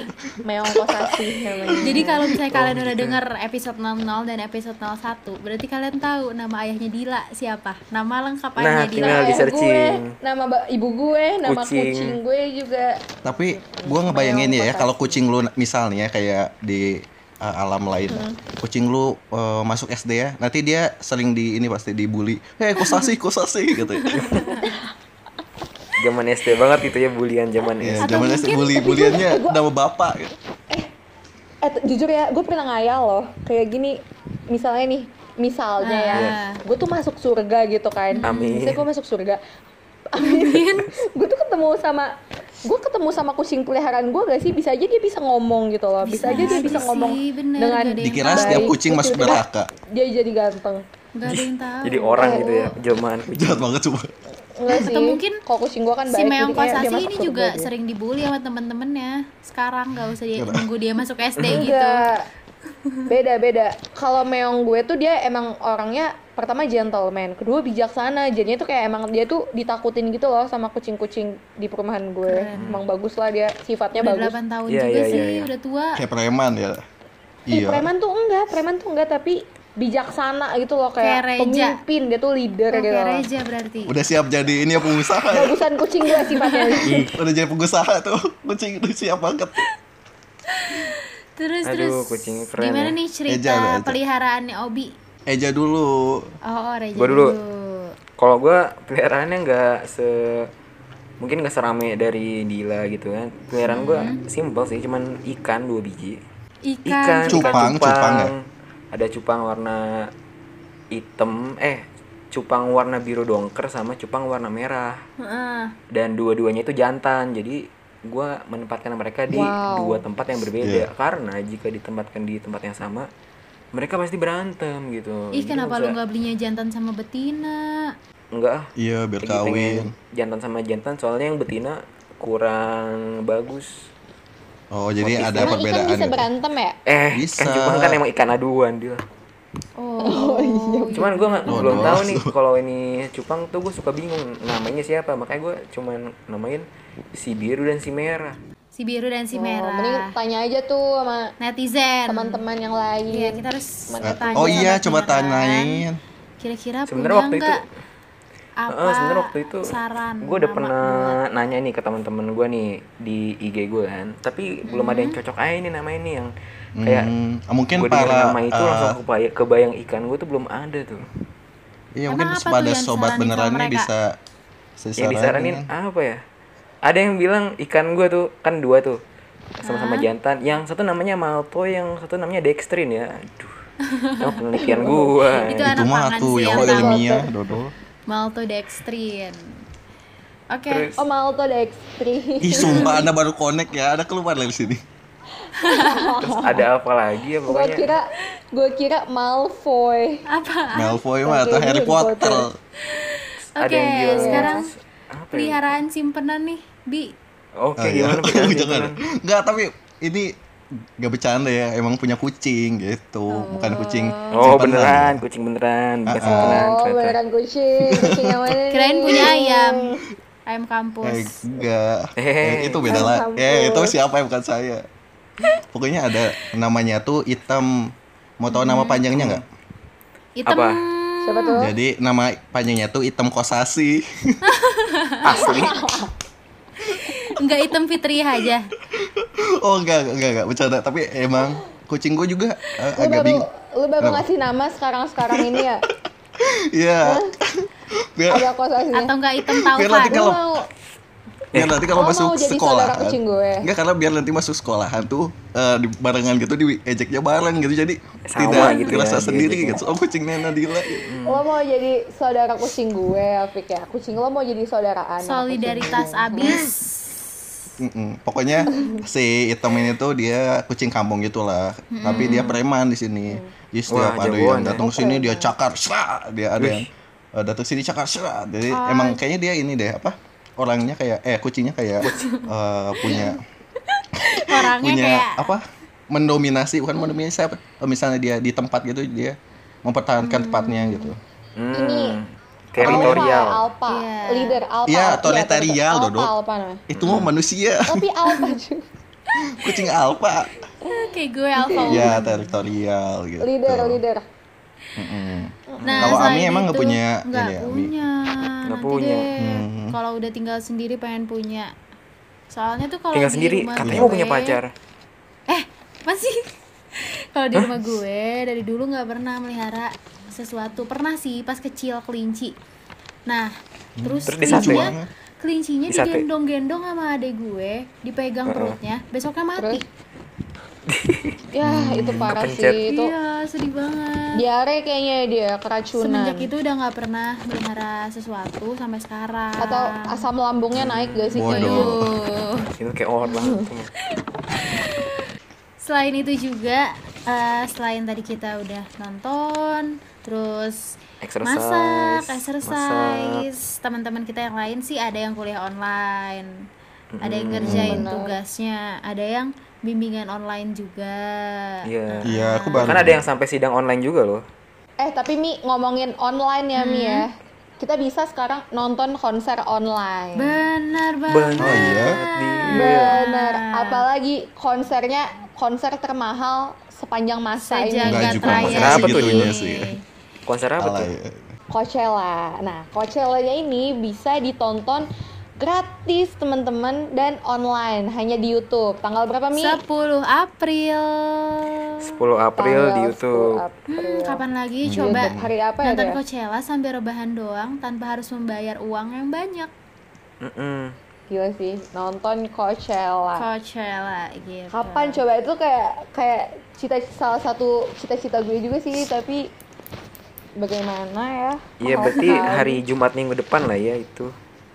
S3: Meong Kosasi namanya.
S1: Jadi kalau misalnya
S2: Oh,
S1: kalian
S2: gitu ya.
S1: udah denger episode 00 dan episode 01, berarti kalian tahu nama ayahnya Dila siapa? Nama lengkap
S2: Nah,
S1: ayahnya Dila.
S2: tinggal
S3: Ayah gue,
S2: di-searching.
S3: nama ba- ibu gue, nama
S2: Kucing.
S3: kucing, gue juga.
S4: Tapi gua ngebayangin ya, kalau kucing lu misalnya kayak di uh, alam lain, kucing lu uh, masuk SD ya, nanti dia sering di ini pasti dibully, eh kosasi kosasi gitu.
S2: Zaman SD banget itu ya bulian zaman
S4: Ya,
S2: SD.
S4: zaman SD bully buliannya nama bapak. Gitu.
S3: Eh t- jujur ya, gue pernah ngayal loh kayak gini. Misalnya nih, misalnya ya,
S1: Iya.
S3: gue tuh masuk surga gitu kan.
S2: Amin.
S3: Misalnya gue masuk surga. *laughs* Amin. gue tuh ketemu sama gue ketemu sama kucing peliharaan gue gak sih bisa aja dia bisa ngomong gitu loh bisa, aja dia bisa
S1: sih,
S3: ngomong
S1: bener,
S3: dengan
S1: gak ada yang
S4: Dikira setiap
S3: baik. Iya.
S4: kucing masuk
S3: Tiba-tiba
S4: neraka.
S3: dia jadi ganteng
S1: Gak ada yang tahu.
S2: Jadi orang gitu ya, jaman kucing.
S4: Jahat banget coba.
S3: Enggak sih
S1: Atau mungkin
S3: kalau kucing gue kan
S1: si
S3: baik
S1: Meong
S3: jadi kayak dia
S1: Kosasi
S3: masuk
S1: ini
S3: surga
S1: juga
S3: gitu.
S1: sering dibully sama temen-temennya. Sekarang gak usah dia nunggu dia masuk
S2: *laughs*
S1: SD gitu.
S3: Enggak. Beda beda. Kalau Meong gue tuh dia emang orangnya pertama gentleman, kedua bijaksana. Jadinya tuh kayak emang dia tuh ditakutin gitu loh sama kucing-kucing di perumahan gue. Emang bagus lah dia sifatnya
S1: Udah
S3: bagus.
S1: 8 tahun
S2: Iya,
S1: juga
S2: iya,
S1: sih,
S2: iya, iya.
S1: udah tua.
S4: Kayak preman ya.
S3: Ih,
S4: Iya.
S3: Eh, preman tuh enggak, preman tuh enggak tapi bijaksana gitu loh kayak,
S1: Kayak reja.
S3: pemimpin dia tuh leader
S1: Oke,
S3: gitu. loh.
S1: reja berarti.
S4: Udah siap jadi ini ya pengusaha ya.
S3: Bagusan kucing gue
S4: *laughs*
S3: sifatnya.
S4: Udah jadi pengusaha tuh. Kucing udah siap banget.
S1: Terus
S2: Aduh,
S1: terus.
S2: kucingnya keren
S1: Gimana
S2: ya.
S1: nih cerita
S4: Reja, Reja.
S1: peliharaannya Obi?
S4: Eja dulu.
S1: Oh, oh reja
S2: Gua dulu.
S1: dulu.
S2: Kalau gua peliharaannya nggak se mungkin nggak serame dari Dila gitu kan. Peliharaan gua simpel sih, cuman ikan dua biji.
S1: Ikan.
S4: Cupang, cupang ya?
S2: Ada cupang warna hitam, eh cupang warna biru dongker sama cupang warna merah.
S1: Heeh.
S2: dan dua-duanya itu jantan jadi gua menempatkan mereka di
S3: Wow.
S2: dua tempat yang
S4: Iya.
S2: berbeda karena jika ditempatkan di tempat yang sama mereka pasti berantem gitu
S1: Ih,
S2: Jadi
S1: kenapa lu
S2: nggak
S1: nggak belinya jantan sama betina?
S2: usah- enggak ah.
S4: Iya, biar
S2: Lagi pengen
S4: kawin.
S2: jantan sama jantan soalnya yang betina kurang bagus
S4: Oh, jadi ada
S3: Emang ikan
S4: perbedaan.
S3: bisa
S4: gitu.
S3: berantem ya?
S2: eh
S4: Bisa.
S2: kan cuma kan emang ikan aduan dia
S1: *laughs* Oh, iya.
S2: cuman gua nggak
S4: Oh,
S2: belum
S4: no.
S2: tahu nih kalau ini cupang tuh gue suka bingung namanya siapa makanya gua cuman namain si biru dan si merah
S1: Si biru dan si
S3: Oh, mending
S1: merah. Iya.
S3: tanya aja tuh sama
S1: Netizen.
S3: teman-teman yang lain.
S1: Iya, kita harus tanya.
S4: Oh iya,
S1: sama
S4: coba
S1: betina, kan.
S4: tanyain.
S1: Kira-kira
S2: Sebenarnya
S1: punya
S2: waktu itu-
S1: nggak apa?
S2: Heeh, sebenarnya waktu itu
S1: saran.
S2: gue udah
S1: nama
S2: pernah
S1: buat-
S2: nanya nih ke teman-teman gue nih di IG gue kan tapi belum ada yang
S1: Hmm.
S2: cocok aja nih namanya nih yang kayak
S4: Hmm, mungkin
S2: gue denger
S4: para
S2: nama itu
S4: eh,
S2: langsung kebayang, kebayang ikan gue tuh belum ada tuh
S4: Iya
S1: Emang
S4: mungkin
S1: apa tuh
S4: pada
S1: yang
S4: sobat
S1: disaranin
S4: beneran
S1: sama
S4: ini
S1: mereka?
S4: bisa
S2: yang disaranin
S4: disaranin.
S2: apa ya ada yang bilang ikan gue tuh kan dua tuh
S1: Ah.
S2: sama-sama jantan yang satu namanya Malto yang satu namanya Dextrin
S1: *laughs*
S2: ya aduh sama penelitian gue
S1: Itu
S4: Itu
S1: anak
S4: mah
S1: pangan
S4: tuh
S1: sih
S4: ya
S1: yang
S4: Allah
S1: tahu.
S4: ilmiah
S1: *laughs*
S4: dodo.
S1: Maltodextrin. Oke.
S2: terus
S3: Oh, Malto Dextri.
S4: Ih sumpah Anda baru connect ya, Anda keluar dari sini.
S2: terus ada apa lagi ya
S3: gue
S2: pokoknya
S3: kira gue kira Malfoy
S1: Apa?
S4: Malfoy mah atau
S3: Oke,
S4: Harry
S3: Harry Potter.
S4: Potter.
S2: ada yang
S1: Oke,
S2: bilang
S1: sekarang
S2: apa ya?
S1: Peliharaan simpenan nih, Bi.
S2: oke
S4: Oh, iya.
S2: gimana
S4: Oh,
S2: pertanyaan
S4: *laughs* jangan.
S2: teman?
S4: Enggak, tapi ini gak bercanda ya, emang punya kucing gitu, bukan kucing. Ah,
S2: Oh
S4: simpenan.
S2: beneran, kucing beneran, bukan simpenan
S3: oh
S2: ternyata.
S3: beneran kucing kucing yang mana
S1: Kirain
S3: nih?
S1: punya ayam. Ayam
S4: Eh,
S1: kampus.
S4: enggak.
S2: Eh,
S4: Eh, itu beda lah.
S3: ampun.
S4: Eh, itu siapa ya bukan saya. Pokoknya ada namanya tuh hitam Mau tahu
S3: Hmm.
S4: nama panjangnya nggak?
S1: Hitam.
S2: Apa?
S3: Siapa tuh?
S4: Jadi nama panjangnya tuh Item Kosasi. *laughs*
S2: Asli.
S1: Enggak hitam Fitri aja.
S4: oh enggak enggak enggak bercanda, tapi emang kucing gue juga eh,
S3: Lu
S4: agak
S3: baru,
S4: bingung. *laughs*
S3: lu baru
S4: Kenapa?
S3: ngasih nama sekarang-sekarang ini
S4: *laughs*
S3: ya?
S4: Iya. *laughs* Biar,
S3: Ada kosasinya.
S1: Atau enggak hitam
S4: biar
S1: Taufan.
S4: nanti
S3: Lu
S4: kalau
S3: mau
S4: biar nanti kalau
S3: Oh,
S4: masuk
S3: mau jadi
S4: sekolah.
S3: saudara kucing gue.
S4: Enggak karena biar nanti masuk sekolahan tuh eh, di barengan gitu diejeknya bareng gitu jadi
S2: Sama
S4: tidak
S2: gitu ya,
S4: kerasa
S2: diejeknya.
S4: sendiri gitu. Oh kucing Nena gila.
S3: Lo mau jadi saudara kucing gue, Afik ya. Kucing lo mau jadi saudaraan. sama kucing
S1: Solidaritas
S3: gue.
S1: abis.
S4: Mm-mm. Pokoknya si Item ini tuh dia kucing kampung gitulah, tapi dia preman di sini. Jadi setiap
S2: Wah,
S4: ada
S2: jagoan
S4: yang
S2: ya.
S4: datang sini dia cakar, srah! dia ada yang eh, datang sini cakar, srah! Jadi emang kayaknya dia ini deh apa orangnya kayak eh kucingnya kayak eh, punya
S1: Orangnya
S4: punya
S1: kayak
S4: apa mendominasi bukan mendominasi apa eh, misalnya dia di tempat gitu dia mempertahankan tempatnya gitu.
S2: Hmm.
S1: ya?
S2: Teritorial.
S3: Alpha, Alpha.
S1: Iya.
S3: leader Alpha.
S4: Iya,
S3: Iya,
S4: totalitarian,
S3: betul.
S4: Dodo.
S3: Alpha, Alpha namanya.
S4: Itu mau manusia *laughs*
S3: Tapi Alpha
S4: Gitu.
S3: juga.
S4: kucing alfa
S1: "Eh, kayak gue alpha.
S4: ya teritorial gitu.
S3: leader, leader.
S4: Mm-mm.
S1: Nah,
S4: Kalau Ami
S1: selain
S4: emang nggak
S1: itu-
S4: punya
S1: nggak
S4: ini ya, Ami?
S1: punya. Nanti
S2: punya.
S1: deh.
S4: Hmm.
S1: Kalau udah tinggal sendiri pengen punya. Soalnya tuh kalau
S2: Tinggal
S1: di
S2: sendiri,
S1: rumah
S2: katanya mau
S1: gue-
S2: punya pacar.
S1: Eh, masih. kalau di rumah gue dari dulu nggak pernah melihara sesuatu. Pernah sih pas kecil kelinci. Nah, terus,
S2: Terus disate.
S1: kelincinya kelincinya
S2: Disate.
S1: digendong-gendong sama adek gue, dipegang perutnya, besoknya mati.
S3: Ya, itu
S4: Hmm,
S3: parah
S2: Kepencet.
S3: sih. Itu
S1: Iya, sedih banget.
S3: diare kayaknya dia keracunan.
S1: Semenjak itu udah nggak pernah melihara sesuatu sampai sekarang.
S3: Atau asam lambungnya naik gak sih kayaknya?
S4: Bodoh.
S1: Tuh.
S2: Itu kayak orang.
S1: Selain itu juga eh, selain tadi kita udah nonton, terus
S2: Exercise,
S1: masak, exercise. Teman-teman kita yang lain sih ada yang kuliah online. Ada yang ngerjain tugasnya, ada yang bimbingan online juga. Nah,
S2: Iya.
S4: Iya, aku baru.
S2: Kan ada yang sampai sidang online juga loh.
S3: Eh, tapi Mi, ngomongin online ya, Mi ya.
S1: Hmm.
S3: Kita bisa sekarang nonton konser online.
S1: Benar banget.
S4: Oh iya.
S3: Bener, apalagi konsernya konser termahal sepanjang masa
S4: Nggak
S3: ini.
S1: Sejagat
S4: juga, gitu
S1: raya.
S2: maksudnya Apa tuh segitunya
S4: ya, sih?
S2: Konser apa tuh?
S4: Alay. Eh,
S3: Coachella. Nah, Coachella-nya ini bisa ditonton gratis teman-teman dan online hanya di YouTube. Tanggal berapa Mi?
S1: 10 April.
S2: 10 April di
S3: Tanggal 10
S2: YouTube.
S3: April.
S1: Hmm, kapan
S4: Iya,
S1: lagi
S3: Di
S1: coba
S3: YouTube. Iya. hari apa ya?
S1: nonton
S3: dia?
S1: Coachella sambil rebahan doang tanpa harus membayar uang yang banyak.
S2: Mm-mm.
S3: Gila sih, nonton Coachella.
S1: Coachella gitu.
S3: Ah. Kapan coba itu kayak kayak cita salah satu cita-cita gue juga sih, tapi bagaimana ya?
S2: Iya
S3: Mahal *laughs*
S2: berarti
S3: sekali.
S2: hari Jumat minggu depan lah ya itu.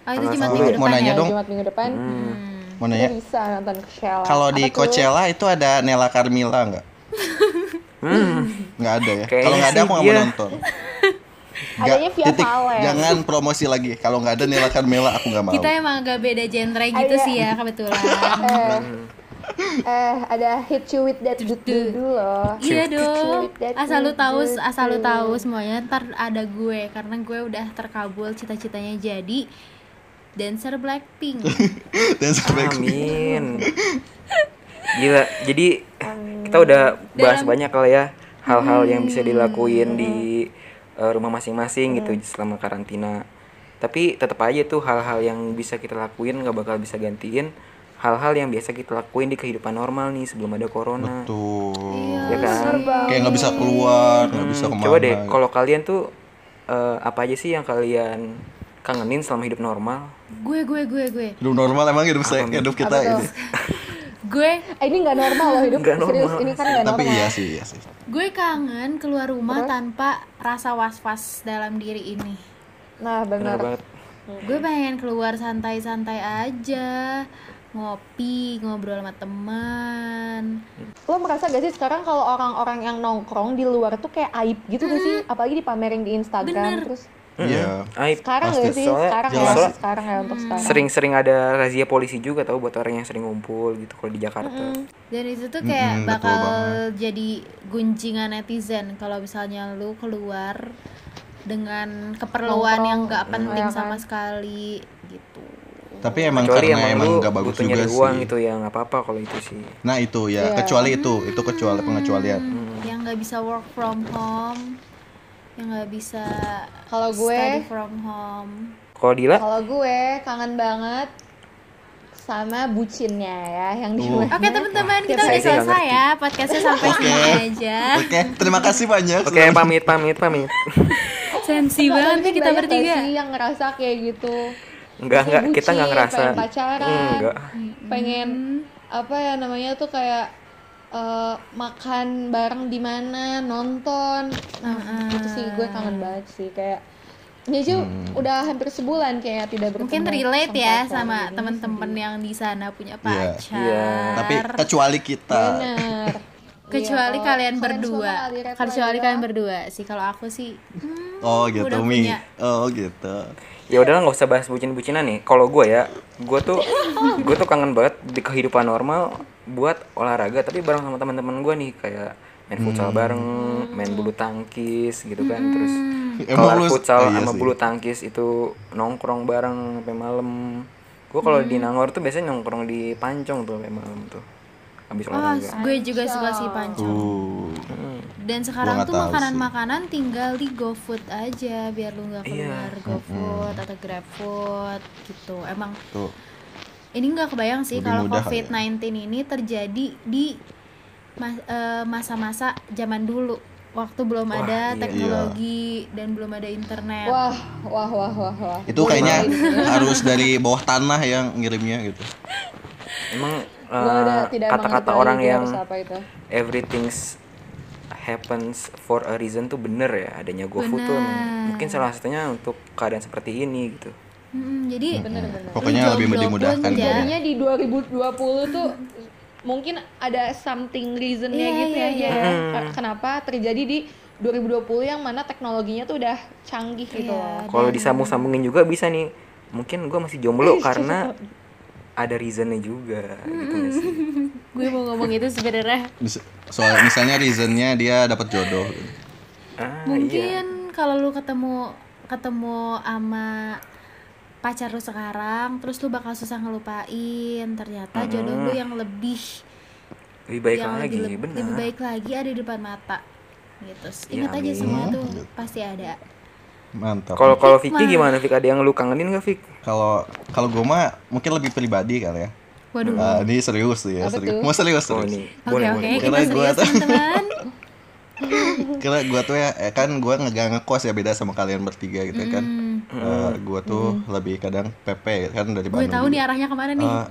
S1: Oh, itu
S2: Tanggal
S1: Jumat
S4: sepuluh.
S1: minggu depan
S4: Mau nanya
S1: ya?
S4: dong.
S3: Jumat minggu depan.
S1: Hmm.
S4: Mau
S3: Kita
S4: nanya,
S3: bisa nonton Coachella.
S4: Nah, ya? kalau di
S3: Apa tuh?
S4: Coachella itu ada Nela Carmila nggak?
S2: Hmm.
S4: Nggak ada ya.
S2: Kayaknya
S4: Kalau nggak ada
S2: sih
S4: aku nggak
S2: iya.
S4: mau nonton. Nggak,
S3: Adanya Via Valen.
S4: jangan promosi lagi. Kalau nggak ada Nela Carmila aku nggak mau. *laughs*
S1: Kita emang agak beda genre gitu
S3: Ada-
S1: sih ya kebetulan.
S3: Ah, iya. *laughs* Eh, eh ada hit you with that dude dulu loh.
S1: Iya
S3: Cucu,
S1: dong.
S3: cucu,
S1: Asal lu tahu,
S3: cucu.
S1: asal lu tahu semuanya ntar ada gue karena gue udah terkabul cita-citanya jadi dancer Blackpink.
S4: Dan sebaik
S2: Amin. Gila. Jadi kita udah bahas
S1: Dalam-
S2: banyak kali ya hal-hal yang
S3: Hmm.
S2: bisa dilakuin di eh, rumah masing-masing gitu
S3: Iya.
S2: selama karantina. Tapi tetap aja tuh hal-hal yang bisa kita lakuin nggak bakal bisa gantiin hal-hal yang biasa kita lakuin di kehidupan normal nih sebelum ada corona.
S4: Tuh.
S1: Iya
S2: Ya kan?
S1: sih.
S4: Kayak nggak bisa keluar, nggak bisa
S2: Hmm,
S4: kemana.
S2: Coba deh, kalau kalian tuh eh, apa aja sih yang kalian kangenin selama hidup normal?
S1: Gue gue gue gue.
S4: hidup normal emang hidup saya, hidup kita ini.
S1: Gue
S3: Eh, ini nggak normal loh hidup
S2: Nggak
S3: serius.
S2: normal.
S3: Ini kan nggak
S4: Tapi
S3: normal.
S4: iya sih, iya sih.
S2: Hmm.
S1: gue kangen keluar rumah tanpa rasa was-was dalam diri ini.
S3: Nah benar.
S2: Bener banget.
S3: Hmm.
S1: Gue pengen keluar santai-santai aja, ngopi, ngobrol sama teman.
S3: Lo merasa gak sih sekarang kalau orang-orang yang nongkrong di luar tuh kayak aib gitu gak sih? Apalagi dipamerin di Instagram. Terus
S4: Iya.
S2: Aib.
S3: sekarang
S4: Pasti.
S3: gak sih?
S2: Soalnya-
S3: Sekarang ya,
S4: jelas.
S3: masih sekarang ya untuk sekarang.
S2: Sering-sering ada razia polisi juga tau buat orang yang sering ngumpul gitu kalau di Jakarta.
S1: Dan itu tuh kayak
S4: Mm-mm, betul
S1: bakal
S4: banget.
S1: jadi gunjingan netizen kalau misalnya lu keluar dengan keperluan yang gak penting
S3: Iya
S1: sama
S3: kan?
S1: sekali gitu.
S4: Tapi emang
S2: Kecuali
S4: karena
S2: emang,
S4: emang
S2: lu
S4: nggak bagus
S2: butuh nyari
S4: juga
S2: uang
S4: sih.
S2: gitu ya nggak apa-apa kalau itu sih.
S4: Nah itu ya, kecuali itu, itu kecuali pengecualian.
S1: Yang nggak bisa work from home yang nggak bisa
S3: Kalau gue-
S1: study from home
S2: Kalau Dila?
S3: Kalau gue kangen banget sama bucinnya ya yang di
S4: Uh.
S1: oke teman-teman kita
S2: Saya
S1: udah
S2: sih nggak
S1: selesai
S2: ngerti.
S1: ya podcastnya sampai sini
S3: *laughs*
S1: aja
S4: Oke, terima kasih banyak.
S2: Oke, pamit, pamit, pamit.
S1: sensi
S3: Nggak,
S1: banget
S3: tapi
S1: nih kita
S3: banyak gak
S1: bertiga
S3: sih yang ngerasa kayak gitu.
S2: Enggak, enggak, kita Mm, enggak
S3: Bucin,
S2: ngerasa. Hmm,
S3: Pengen pacaran.
S2: Enggak.
S3: Pengen apa ya namanya tuh kayak eh, makan bareng di mana, nonton. Nah, itu sih gue kangen banget sih kayak Ya sih,
S2: Hmm.
S3: udah hampir sebulan kayaknya tidak bertemu.
S1: mungkin relate ya
S3: pacar.
S1: sama
S3: Jadi
S1: teman-teman yang di sana punya
S4: Iya.
S1: pacar
S2: Iya.
S4: Tapi kecuali kita.
S3: Bener.
S1: kecuali
S3: Iya,
S1: kalian
S3: kalau
S1: berdua
S3: semua aliran
S1: kecuali
S3: raya.
S1: kalian berdua sih kalau aku sih hmm,
S4: Oh gitu,
S1: udah
S4: Mi.
S1: punya.
S4: Oh gitu.
S2: Ya udahlah nggak usah bahas bucin-bucinan nih. Kalau gue ya, gue tuh gue tuh kangen banget di kehidupan normal buat olahraga tapi bareng sama teman-teman gue nih kayak main futsal
S4: Hmm.
S2: bareng, main bulu tangkis gitu kan
S3: Hmm.
S2: terus
S4: Emang
S2: kelar
S4: lu-
S2: futsal
S4: oh, iya
S2: sama
S4: sih.
S2: bulu tangkis itu nongkrong bareng sampai malam. Gue kalau
S3: Hmm.
S2: di Nangor tuh biasanya nongkrong di Pancong tuh sampai malam tuh. Habis
S1: Oh,
S2: olahraga.
S1: gue juga suka sih pancong.
S4: Uh.
S1: Dan sekarang
S4: nggak
S1: tuh
S4: tahu
S1: makanan-makanan tinggal di GoFood aja biar lu nggak keluar GoFood atau GrabFood gitu. Emang
S4: Tuh.
S1: ini nggak kebayang sih
S4: Lebih
S1: kalau
S4: mudah ya.
S1: COVID-19 ini terjadi di ma- eh, masa-masa zaman dulu waktu belum
S2: Wah,
S1: ada
S2: iya.
S1: teknologi dan belum ada internet.
S3: Wah, wah, wah, wah, wah.
S4: Itu kayaknya harus dari bawah tanah yang ngirimnya gitu.
S2: Emang
S3: Gua
S2: eh,
S3: udah tidak
S2: kata-kata
S3: mengerti
S2: orang
S3: lagi
S2: yang
S3: harus apa itu.
S2: everything's happens for a reason tuh bener ya adanya GoFood tuh
S1: Bener.
S2: mungkin salah satunya untuk keadaan seperti ini gitu
S1: Mm, jadi
S3: Bener-bener.
S4: Pokoknya lebih
S1: jomblo pun
S4: dimudahkan.
S1: ya.
S4: kayaknya.
S3: Jadinya di 2020 tuh mungkin ada something reasonnya
S1: Iya,
S3: gitu
S1: iya,
S3: ya, Jaya. Ke- Kenapa terjadi di 2020 yang mana teknologinya tuh udah canggih gitu
S1: Iya.
S3: loh.
S2: kalau disambung-sambungin juga bisa nih mungkin gue masih jomblo karena ada reasonnya juga gitu nggak sih
S1: gue mau ngomong itu sebenarnya.
S4: Mis- Soal misalnya reasonnya dia dapat jodoh.
S2: ah iya
S1: mungkin kalau lu ketemu ketemu sama pacar lu sekarang terus lu bakal susah ngelupain ternyata jodoh lu yang lebih
S2: lebih baik
S1: yang
S2: lagi
S1: lebih,
S2: bener
S1: lebih baik lagi ada di depan mata gitu
S2: Ya,
S1: ingat aja
S2: amin.
S1: semua tuh pasti ada
S4: Mantap.
S2: kalau kalau Vicky
S1: Hikmah.
S2: gimana Vicky ada yang lu kangenin gak Vicky
S4: Kalau kalau gue mah mungkin lebih pribadi kali ya.
S1: waduh oke
S4: Ah, ini serius tuh ya,
S3: Apa
S4: serius.
S3: tuh?
S4: Mau serius
S2: oh
S4: serius.
S2: ini
S1: oke
S2: boleh boleh
S1: kita
S4: Karena gua
S1: serius
S4: tuh-
S1: ya, teman-teman
S2: *laughs*
S4: Karena gue tuh ya eh, kan gue nggak ngekos ya beda sama kalian bertiga gitu ya kan.
S1: Hmm.
S4: gue tuh lebih kadang PP kan dari
S1: gue
S4: Bandung.
S1: Hmm. tahu nih arahnya kemana nih
S4: Ah,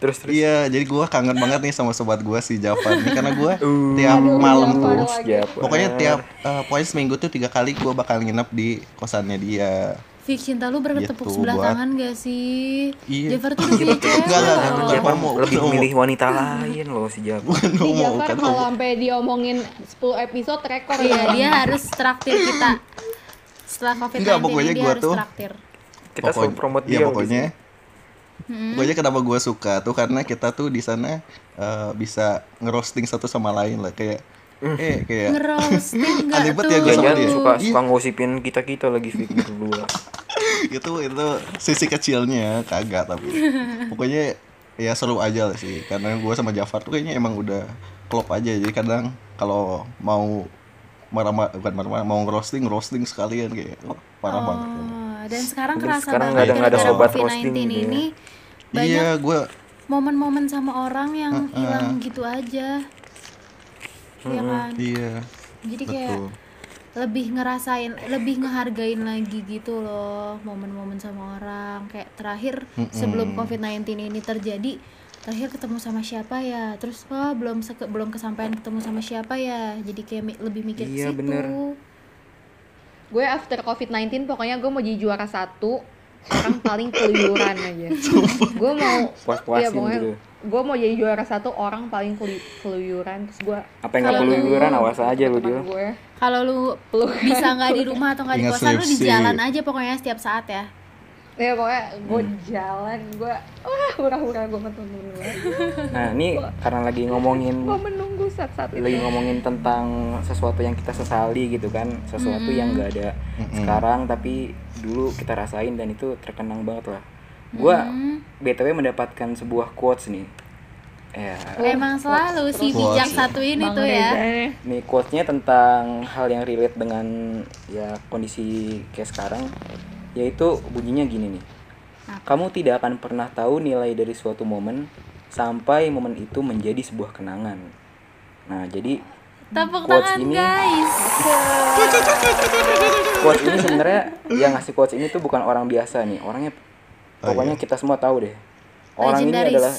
S2: terus terus
S4: Iya, jadi gue kangen banget nih sama sobat gue si Jafar nih karena
S2: *laughs*
S4: gue tiap malam tuh,
S3: Jafar.
S2: siap
S4: pokoknya tiap eh, poin seminggu tuh tiga kali gue bakal nginep di kosannya dia. *laughs*
S1: Fik cinta lu bertepuk
S4: Gitu,
S1: sebelah
S4: gua-
S1: tangan gak sih
S4: Iya. *laughs*
S1: Jafar tuh udah punya cewek
S4: Enggak, enggak,
S1: loh.
S4: enggak.
S2: Jafar
S4: Mau-
S2: lebih
S4: mau-
S2: milih wanita lain loh si Jafar
S4: Bukan
S3: Si
S4: ngomong,
S3: Jafar
S4: bukan
S3: kalau
S4: kan ngomong.
S3: sampai diomongin 10 episode rekor
S1: Iya,
S3: ya.
S1: dia harus traktir kita. Setelah covid
S4: Enggak,
S1: 19
S4: pokoknya
S1: ini dia
S4: gua
S1: harus
S4: tuh-
S1: traktir.
S2: kita selalu promote
S4: iya,
S2: dia loh di
S4: pokoknya.
S2: sini.
S4: Pokoknya kenapa gue suka tuh karena kita tuh di sana eh, bisa ngerosting satu sama lain lah kayak
S2: Hmm.
S4: eh kayak *laughs*
S1: Ngerosting enggak
S4: Aneh banget
S1: tuh.
S4: ya gua sama
S2: Jangan
S4: dia.
S2: suka
S4: Iya.
S2: suka ngosipin kita kita lagi Vicky berdua.
S4: itu itu sisi kecilnya kagak tapi pokoknya ya seru aja lah sih karena gue sama Jafar tuh kayaknya emang udah klop aja jadi kadang kalau mau marah-marah bukan marah-marah mau roasting roasting sekalian kayak wah, parah banget
S1: Oh, dan sekarang
S2: Udah,
S1: kerasa
S2: sekarang
S1: banget
S4: nggak ada- nggak ada
S1: gara-gara
S2: sobat
S1: COVID-19
S2: roasting gitu ya.
S1: ini banyak
S4: iya gue
S1: momen-momen sama orang yang hilang gitu aja. Iya kan?
S4: iya
S1: Jadi kayak
S4: betul
S1: lebih ngerasain, lebih ngehargain lagi gitu loh momen-momen sama orang. Kayak terakhir sebelum COVID-19 ini terjadi, terakhir ketemu sama siapa ya? Terus wah belum seke- belum kesampaian ketemu sama siapa ya? Jadi kayak mi- lebih mikir ke
S2: Iya,
S1: situ.
S2: bener.
S3: Gue after COVID-19 pokoknya gue mau jadi juara satu orang paling keluyuran aja. gue mau
S2: Puas-puasin
S3: iya, pokoknya
S2: gitu.
S3: Gue mau jadi juara satu orang paling kelu- keluyuran terus gue
S2: Apa yang nggak perlu liburan awas aja lu dia.
S3: teman gue.
S1: Kalau lu bisa nggak di rumah atau nggak di
S4: Ingat
S1: kosan lu di
S4: skripsi.
S1: jalan aja pokoknya setiap saat ya.
S3: Ya pokoknya gue
S2: Hmm.
S3: jalan, gue wah hura-hura gue sama temen gue
S2: Nah, ini karena lagi ngomongin
S3: Gue menunggu saat-saat itu
S2: Hmm. lagi ngomongin tentang sesuatu yang kita sesali gitu kan, sesuatu yang nggak ada sekarang tapi dulu kita rasain dan itu terkenang banget lah. Gua BTW mendapatkan sebuah quotes nih Ya.
S1: Emang selalu si
S4: terus.
S1: bijak
S4: Quotes.
S1: satu ini
S3: Bang
S1: tuh ya.
S3: Reza.
S2: Nih quotes-nya tentang hal yang relate dengan ya kondisi kayak sekarang yaitu bunyinya gini nih. Kamu tidak akan pernah tahu nilai dari suatu momen sampai momen itu menjadi sebuah kenangan. Nah, jadi
S1: Tepuk tangan
S2: Quotes ini-
S1: guys.
S2: quotes ini sebenarnya yang ngasih quotes ini tuh bukan orang biasa nih. Orangnya
S4: Oh,
S2: pokoknya kita semua tahu deh. Orang ini
S1: Legendaris.
S2: adalah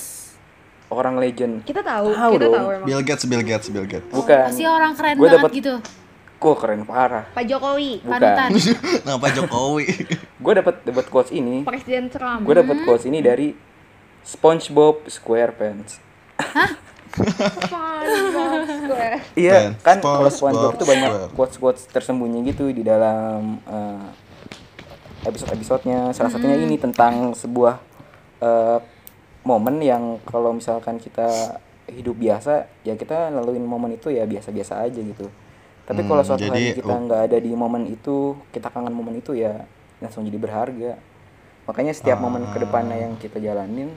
S2: orang legend.
S3: Kita tahu,
S2: Tahu
S3: kita
S2: dong.
S3: tahu emang.
S4: Bill Gates, Bill Gates, Bill Gates. *laughs*
S2: Bukan.
S1: Pasti orang keren
S2: Gua
S1: banget
S2: dapet-
S1: gitu.
S2: Kok keren parah.
S3: Pak Jokowi,
S1: Panutan.
S2: Bukan.
S4: Nah, Pak Jokowi. *laughs*
S2: Gue dapat dapat quotes ini
S3: Presiden Trump.
S2: Gue dapet quotes ini dari SpongeBob SquarePants. Iya,
S4: Pants.
S2: kan kalau
S4: SpongeBob
S2: SpongeBob itu banyak
S4: Square.
S2: quotes-quotes tersembunyi gitu di dalam eh, episode-episodenya. Salah satunya ini tentang sebuah eh, momen yang kalau misalkan kita hidup biasa, ya kita laluin momen itu ya biasa-biasa aja gitu. Tapi kalau
S4: Hmm,
S2: suatu hari
S4: jadi-
S2: kita nggak ada di momen itu, kita kangen momen itu ya langsung jadi berharga. Makanya setiap momen kedepannya yang kita jalanin,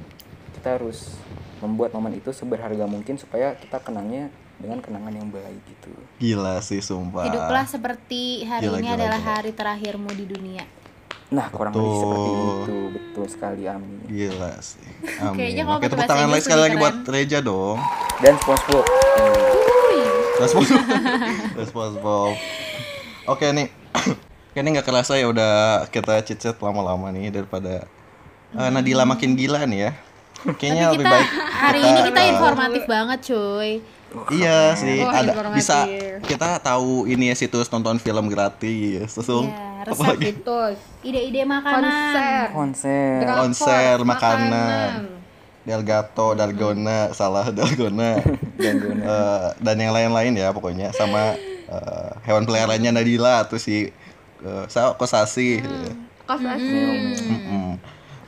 S2: kita harus membuat momen itu seberharga mungkin supaya kita kenangnya dengan kenangan yang baik gitu.
S4: Gila sih sumpah.
S1: Hiduplah seperti hari
S4: Gila,
S1: ini
S4: gila,
S1: adalah
S4: gila.
S1: hari terakhirmu di dunia.
S2: Nah, kurang lebih seperti
S4: Betul.
S2: itu, betul sekali Amin.
S4: Gila sih. Amin.
S1: *laughs* Kayaknya kalau
S4: Oke,
S1: pakai
S4: tepuk
S1: bahasa
S4: tangan lagi
S1: Inggris
S4: sekali lagi
S1: lebih
S4: buat Reja dong.
S2: Dan SpongeBob.
S4: Respon. Respon Bob. Oke nih. Kayaknya nggak kerasa ya udah kita chit-chat lama-lama nih daripada eh, Nadila makin gila nih ya. Kayaknya
S1: Tapi
S4: lebih
S1: kita
S4: baik
S1: hari ini kita Oh,
S4: eh,
S1: informatif banget cuy.
S4: Iya sih,
S3: Wah,
S4: ada
S3: informatif.
S4: bisa kita tahu ini ya situs nonton film gratis, terus
S1: Ya, resep gitu.
S3: Terus
S1: Ide-ide makanan.
S3: konser,
S2: Konser.
S3: drakor,
S4: konser, makanan. Delgato, Dalgona, salah Dalgona, Eh, dan yang lain-lain ya pokoknya sama eh, hewan peliharaannya Nadila atau si eh, sa- Kosasi.
S1: Hmm.
S3: Kos asli.
S4: Mm-mm.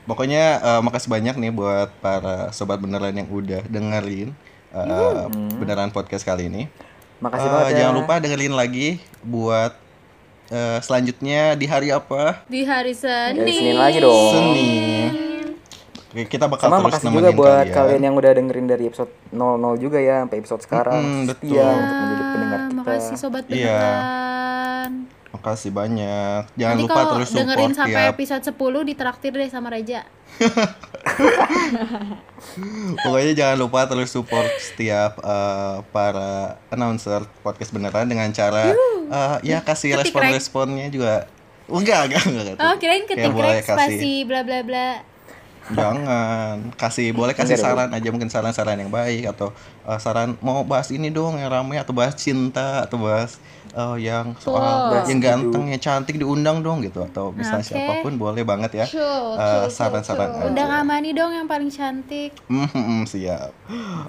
S4: Pokoknya eh, makasih banyak nih buat para sobat beneran yang udah dengerin eh, beneran podcast kali ini.
S2: Mm-hmm. Makasih
S4: Eh,
S2: banget ya.
S4: Jangan lupa dengerin lagi buat eh, selanjutnya di hari apa?
S1: Di hari Senin.
S2: Dari Senin lagi dong.
S4: Senin. Oke, Kita bakal
S2: Sama
S4: terus
S2: makasih
S4: nemenin
S2: juga buat
S4: kalian.
S2: kalian. yang udah dengerin dari episode 00 juga ya sampai episode sekarang.
S4: Mm-mm,
S2: setia
S4: betul.
S2: untuk menjadi pendengar
S1: Ah,
S2: kita.
S1: Makasih sobat
S4: Iya.
S1: beneran.
S4: Makasih banyak. Jangan
S1: Nanti
S4: lupa
S1: kalau
S4: terus
S1: dengerin
S4: support
S1: sampai
S4: tiap.
S1: episode 10 ditraktir deh sama Reja.
S4: Pokoknya jangan lupa terus support setiap eh, para announcer podcast beneran dengan cara eh, ya kasih
S1: Ketik rek.
S4: respon-responnya juga. Enggak, enggak, enggak. enggak.
S1: Oh, kirain
S4: Kayak
S1: ketik
S4: boleh
S1: rek spasi bla bla bla.
S4: Jangan kasih boleh kasih
S2: Enggak
S4: saran aja mungkin saran-saran yang baik atau uh, saran mau bahas ini dong yang ramai atau bahas cinta atau bahas uh, yang soal
S2: Bahas
S4: yang
S2: hidup.
S4: ganteng yang cantik diundang dong gitu atau misalnya
S1: gitu. Oke.
S4: siapapun boleh banget ya
S3: Cul,
S4: uh,
S3: cul, cul,
S4: saran-saran
S3: cul.
S4: aja.
S1: Undang Amani dong yang paling cantik.
S4: Mm, mm, mm, siap.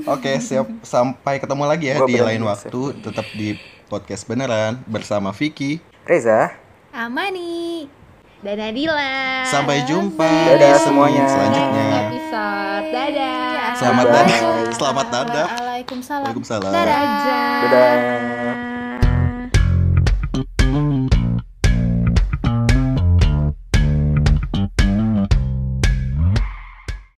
S4: Oke, siap sampai ketemu lagi ya
S2: Gua
S4: di
S2: bilang
S4: lain
S2: gitu,
S4: waktu tetap di podcast beneran bersama Vicky.
S2: Reza.
S1: Amani.
S3: Dan Nadila.
S4: Sampai jumpa
S2: Dadah
S4: di
S2: semuanya.
S4: selanjutnya.
S3: episode. Dadah.
S4: Selamat datang. Selamat datang.
S1: Waalaikumsalam.
S4: Waalaikumsalam.
S1: Dadah.
S2: Dadah.